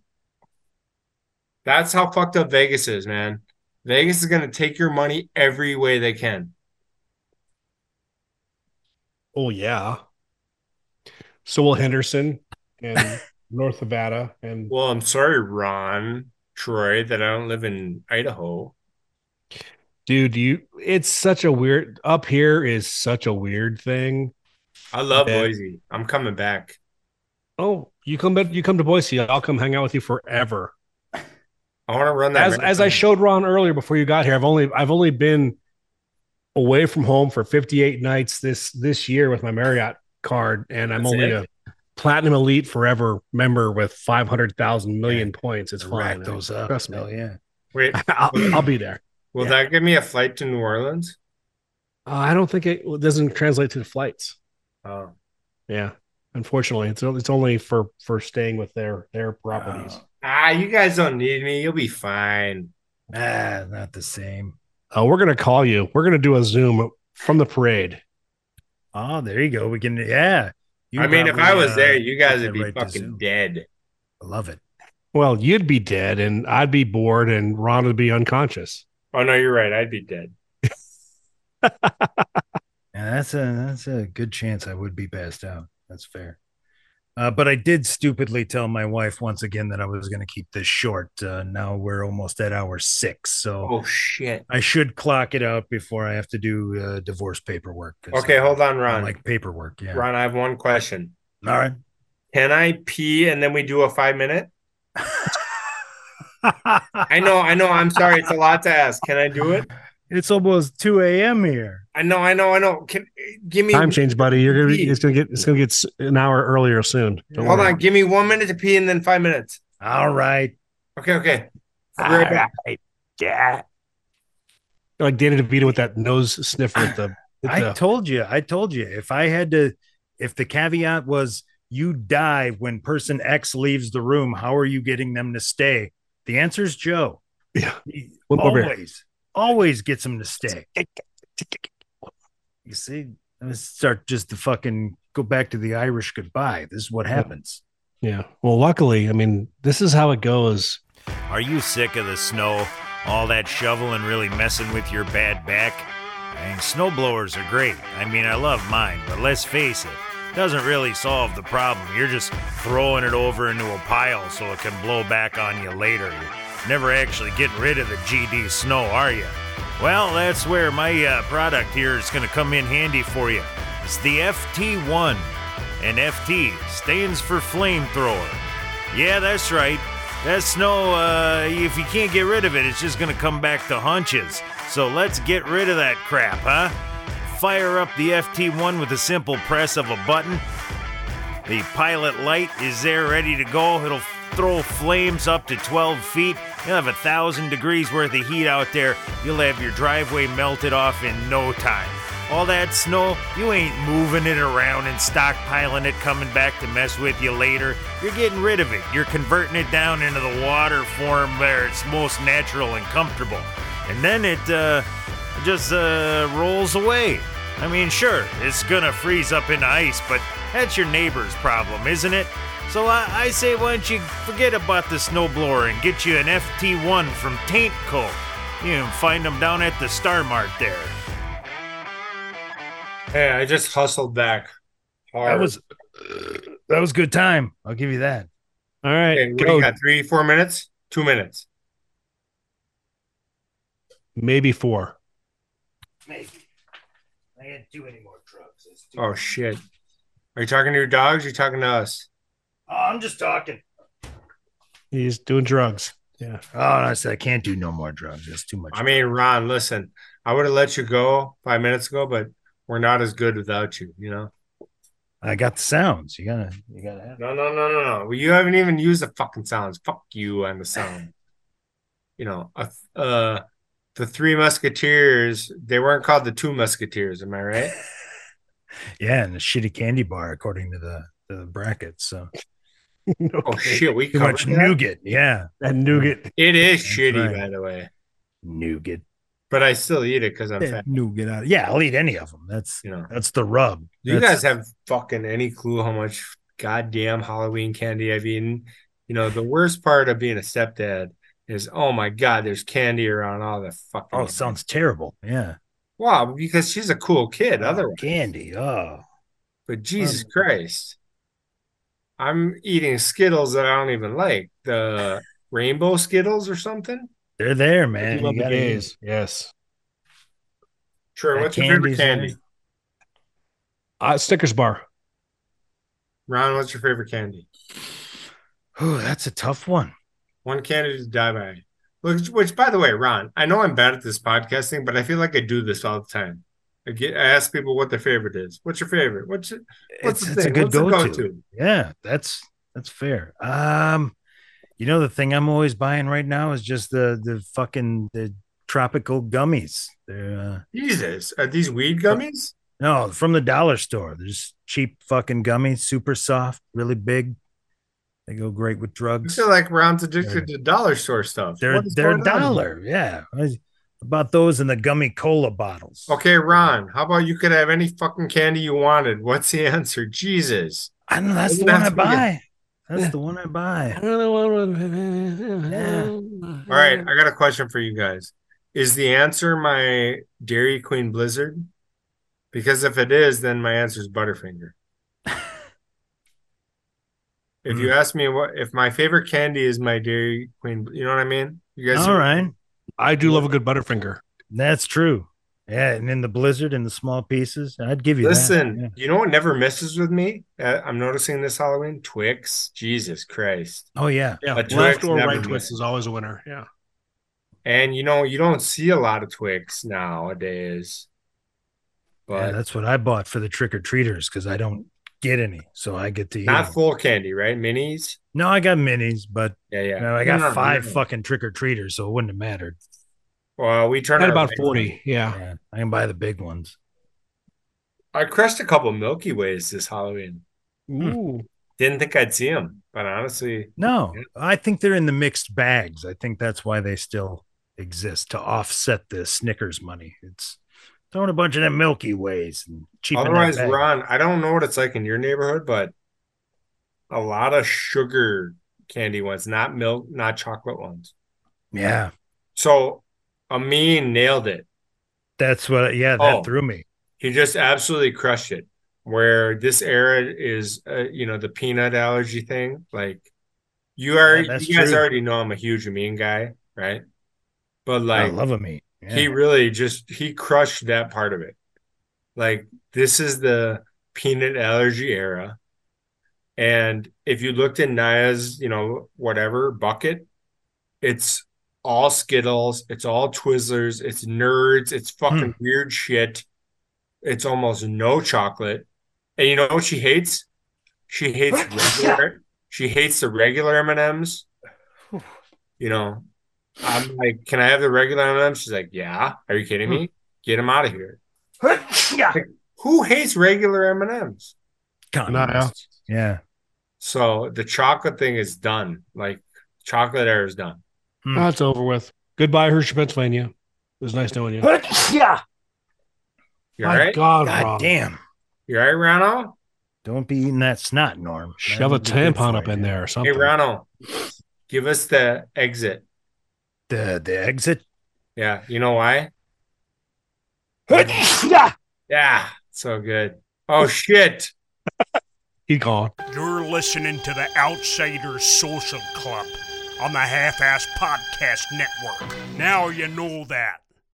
Speaker 3: That's how fucked up Vegas is, man. Vegas is going to take your money every way they can.
Speaker 4: Oh yeah. So will Henderson and North Nevada and
Speaker 3: Well, I'm sorry, Ron, Troy, that I don't live in Idaho.
Speaker 4: dude, you. It's such a weird. Up here is such a weird thing.
Speaker 3: I love
Speaker 4: Yeah.
Speaker 3: Boise. I'm coming back.
Speaker 4: Oh, you come back. You come to Boise. I'll come hang out with you forever.
Speaker 3: I want to run that.
Speaker 4: As as I
Speaker 3: marathon.
Speaker 4: showed Ron earlier before you got here, I've only I've only been away from home for 58 nights this this year with my Marriott card, and I'm
Speaker 3: That's
Speaker 4: only
Speaker 3: it?
Speaker 4: a platinum elite forever member with 500,000 million points. It's fine.
Speaker 5: rack those up.
Speaker 4: Trust me.
Speaker 5: Hell yeah.
Speaker 3: Wait,
Speaker 4: I'll, I'll be there.
Speaker 3: will
Speaker 4: Yeah.
Speaker 3: that give me a flight to New Orleans?
Speaker 4: Uh, I don't think it, it doesn't translate to the flights.
Speaker 3: Oh,
Speaker 4: Yeah, unfortunately, it's it's only for for staying with their their properties.
Speaker 3: ah, you guys don't need me. You'll be fine.
Speaker 5: Ah, not the same.
Speaker 4: Uh, we're gonna call you. We're gonna do a Zoom from the parade.
Speaker 5: Oh, there you go. We can, yeah. You
Speaker 3: I mean, if I
Speaker 5: probably,
Speaker 3: was
Speaker 5: uh,
Speaker 3: there, you guys
Speaker 5: get
Speaker 3: would
Speaker 5: the
Speaker 3: be
Speaker 5: right to
Speaker 3: fucking
Speaker 5: Zoom.
Speaker 3: dead.
Speaker 5: I love it.
Speaker 4: Well, you'd be dead, and I'd be bored, and Ron would be unconscious.
Speaker 3: Oh no, you're right. I'd be dead.
Speaker 5: Yeah, that's a that's a good chance I would be passed out. That's fair. Uh, but I did stupidly tell my wife once again that I was going to keep this short. Uh, now we're almost at hour six, so
Speaker 3: Oh shit.
Speaker 5: I should clock it out before I have to do uh, divorce paperwork. 'cause
Speaker 3: Okay,
Speaker 5: I-
Speaker 3: hold on,
Speaker 5: I
Speaker 3: Ron.
Speaker 5: like paperwork. Yeah.
Speaker 3: Ron, I have one question.
Speaker 5: All right.
Speaker 3: Can I pee and then we do a five minute? I know, I know. I'm sorry, it's a lot to ask. Can I do it?
Speaker 5: It's almost two a.m. here.
Speaker 3: I know, I know, I know. Can give me
Speaker 4: Time change, buddy. You're gonna be, it's gonna get it's gonna get s- an hour earlier soon. Don't
Speaker 3: hold
Speaker 4: worry.
Speaker 3: on? Give me one minute to pee and then five minutes.
Speaker 5: All right.
Speaker 3: Okay, okay. I'll be right back.
Speaker 4: Like Danny DeVito with that nose sniffer at the. at
Speaker 5: I
Speaker 4: the-
Speaker 5: told you. I told you. If I had to, if the caveat was you die when person X leaves the room, how are you getting them to stay? The answer is Joe.
Speaker 4: Yeah.
Speaker 5: He
Speaker 4: One more beer.
Speaker 5: always, always gets them to stay. You see, let's start just to fucking go back to the Irish goodbye. This is what happens.
Speaker 4: yeah. Well, luckily, I mean, this is how it goes.
Speaker 2: Are you sick of the snow? All that shoveling really messing with your bad back? I mean, snowblowers are great. I mean, I love mine, but let's face it, doesn't really solve the problem. You're just throwing it over into a pile so it can blow back on you later. You're never actually getting rid of the GD snow, are you? Well, that's where my uh, product here is going to come in handy for you. It's the FT1, and FT stands for flamethrower. Yeah, that's right. That snow, uh, if you can't get rid of it, it's just going to come back to hunches. So let's get rid of that crap, huh? Fire up the FT1 with a simple press of a button. The pilot light is there ready to go. It'll throw flames up to 12 feet. You'll have a thousand degrees worth of heat out there. You'll have your driveway melted off in no time. All that snow, you ain't moving it around and stockpiling it, coming back to mess with you later. You're getting rid of it. You're converting it down into the water form where it's most natural and comfortable. And then it uh, just uh, rolls away. I mean, sure, it's gonna freeze up into ice, but that's your neighbor's problem, isn't it? So I, I say, why don't you forget about the snowblower and get you an FT1 from Taint Co. You can find them down at the Star Mart there.
Speaker 3: Hey, I just hustled back. Hard.
Speaker 5: That was that was good time. I'll give you that.
Speaker 4: All right,
Speaker 3: Hey, what do
Speaker 4: go.
Speaker 3: you got? Three, four minutes? Two minutes.
Speaker 4: Maybe four.
Speaker 3: Oh shit. Are you talking to your dogs? Or you talking to us?
Speaker 5: I'm just talking.
Speaker 4: He's doing drugs.
Speaker 5: Oh, and I said I can't do no more drugs. That's too much.
Speaker 3: I mean, Ron, listen, I would have let you go five minutes ago, but we're not as good without you, you know?
Speaker 5: I got the sounds. You gotta you gotta have.
Speaker 3: No, no, no, no, no. Well, you haven't even used the fucking sounds. Fuck you and the sound. you know, uh, uh, the three musketeers, they weren't called the two musketeers, am I right?
Speaker 5: Yeah, and the shitty candy bar according to the the brackets. So
Speaker 3: Oh shit, we
Speaker 5: too much
Speaker 3: covered that?
Speaker 5: nougat. Yeah,
Speaker 4: And nougat.
Speaker 3: It is
Speaker 5: That's
Speaker 3: shitty,
Speaker 5: right.
Speaker 3: by the way.
Speaker 5: nougat.
Speaker 3: But I still eat it because I'm
Speaker 5: Yeah,
Speaker 3: fat,
Speaker 5: nougat. Out. Yeah, I'll eat any of them. That's
Speaker 3: you know.
Speaker 5: that's the rub.
Speaker 3: Do you
Speaker 5: That's-
Speaker 3: guys have fucking any clue how much goddamn Halloween candy I've eaten? You know, the worst part of being a stepdad is, oh my god, there's candy around all the fucking.
Speaker 5: Oh, it sounds terrible. Yeah,
Speaker 3: wow, because she's a cool kid. Otherwise,
Speaker 5: candy. Oh,
Speaker 3: but Jesus
Speaker 5: Um,
Speaker 3: Christ, I'm eating Skittles that I don't even like. The rainbow Skittles or something.
Speaker 5: they're there, man. You gotta eat.
Speaker 4: Yes.
Speaker 3: Sure.
Speaker 5: That
Speaker 3: What's your favorite
Speaker 5: candy's there.
Speaker 3: candy?
Speaker 4: Uh, Snickers bar.
Speaker 3: Ron, what's your favorite candy?
Speaker 5: Ooh, that's a tough one.
Speaker 3: One candy to die by. Which, which, by the way, Ron, I know I'm bad at this podcasting, but I feel like I do this all the time. I get, I ask people what their favorite is. What's your favorite? What's your, what's
Speaker 5: It's,
Speaker 3: the
Speaker 5: it's a
Speaker 3: thing?
Speaker 5: good
Speaker 3: What's the
Speaker 5: go-to.
Speaker 3: go-to?
Speaker 5: Yeah, that's that's fair. Um, you know the thing I'm always buying right now is just the the fucking the tropical gummies. They're uh,
Speaker 3: Jesus, are these weed gummies?
Speaker 5: no from the dollar store. There's cheap fucking gummies, super soft, really big. They go great with
Speaker 3: I
Speaker 5: drugs.
Speaker 3: feel like Ron's addicted to dollar store stuff.
Speaker 5: They're
Speaker 3: What is
Speaker 5: they're a
Speaker 3: going on?
Speaker 5: dollar. Yeah, I- about those and the gummy cola bottles.
Speaker 3: Okay, Ron, how about you could have any fucking candy you wanted? What's the answer? Jesus.
Speaker 5: I know that's the
Speaker 3: That's
Speaker 5: one I
Speaker 3: what you-
Speaker 5: buy. That's the one I buy.
Speaker 4: Yeah.
Speaker 3: All right, I got a question for you guys. Is the answer my Dairy Queen Blizzard? Because if it is, then my answer is Butterfinger. if
Speaker 5: Mm.
Speaker 3: you ask me what if my favorite candy is my Dairy Queen, you know what I mean? You guys
Speaker 5: All right.
Speaker 4: I do love a good Butterfinger.
Speaker 5: That's true. Yeah, and in the blizzard and the small pieces, I'd give you that.
Speaker 3: listen.
Speaker 5: Yeah.
Speaker 3: You know what never misses with me? Uh, I'm noticing this Halloween Twix. Jesus Christ!
Speaker 5: Oh yeah,
Speaker 4: Yeah.
Speaker 3: A Twix
Speaker 4: Left or
Speaker 3: never
Speaker 4: right
Speaker 3: miss.
Speaker 4: twist is always a winner. Yeah.
Speaker 3: And you know you don't see a lot of Twix nowadays.
Speaker 5: yeah,
Speaker 3: But
Speaker 5: that's what I bought for the trick or treaters because I don't get any, so I get to eat.
Speaker 3: not
Speaker 5: them.
Speaker 3: full candy, right? Minis.
Speaker 5: no, I got minis, but
Speaker 3: Yeah, yeah.
Speaker 5: you know, I got
Speaker 3: No, no,
Speaker 5: five
Speaker 3: no.
Speaker 5: fucking trick or treaters, so it wouldn't have mattered.
Speaker 3: Well, we turned
Speaker 4: At
Speaker 3: our
Speaker 4: about
Speaker 3: back.
Speaker 4: 40.
Speaker 3: Ah.
Speaker 4: Yeah.
Speaker 5: Yeah, I can buy the big ones.
Speaker 3: I crushed a couple Milky Ways this Halloween.
Speaker 4: Ooh.
Speaker 3: Didn't think I'd see them, but honestly,
Speaker 5: No,
Speaker 3: Yeah.
Speaker 5: I think they're in the mixed bags. I think that's why they still exist to offset the Snickers money. It's throwing a bunch of them Milky Ways and cheapen that
Speaker 3: otherwise,
Speaker 5: bag.
Speaker 3: Ron, I don't know what it's like in your neighborhood, but a lot of sugar candy ones, not milk, not chocolate ones.
Speaker 5: Yeah,
Speaker 3: So Amin nailed it.
Speaker 5: that's what. Yeah, that
Speaker 3: Oh.
Speaker 5: threw me.
Speaker 3: He just absolutely crushed it. Where this era is, uh, you know, the peanut allergy thing. Like you are,
Speaker 5: Yeah, that's
Speaker 3: you guys
Speaker 5: true.
Speaker 3: already know I'm a huge Amin guy, right? But
Speaker 5: I
Speaker 3: like,
Speaker 5: love a meat. Yeah.
Speaker 3: he really just he crushed that part of it like this is the peanut allergy era and if you looked in naya's you know whatever bucket it's
Speaker 4: Hmm.
Speaker 3: all skittles it's all twizzlers it's nerds it's fucking weird shit It's almost no chocolate. And you know what she hates? She hates regular. She hates the regular M and M's. You know, I'm like, can I have the regular M and M's? She's like, Yeah. Are you kidding me? Get them out of here. Who hates regular M and M's?
Speaker 5: Communist. Yeah.
Speaker 3: So the chocolate thing is done. Like chocolate air is done.
Speaker 4: That's over with. Goodbye, Hershey, Pennsylvania. It was nice knowing you.
Speaker 5: Yeah.
Speaker 3: You all
Speaker 4: My
Speaker 3: right?
Speaker 4: God,
Speaker 5: God
Speaker 4: Rob.
Speaker 5: damn.
Speaker 3: You all right, Rano?
Speaker 5: Don't be eating that snot, Norm.
Speaker 4: Shove a
Speaker 5: That'd be good
Speaker 4: tampon
Speaker 5: for
Speaker 4: up in
Speaker 5: you.
Speaker 4: there or
Speaker 3: Hey,
Speaker 4: something.
Speaker 3: Rano, give us the exit.
Speaker 5: The the exit.
Speaker 3: Yeah. You know why?
Speaker 5: Yeah.
Speaker 3: Yeah. So good. Oh, shit.
Speaker 4: He gone.
Speaker 7: You're listening to the Outsiders Social Club on the Half Ass Podcast Network. Now you know that.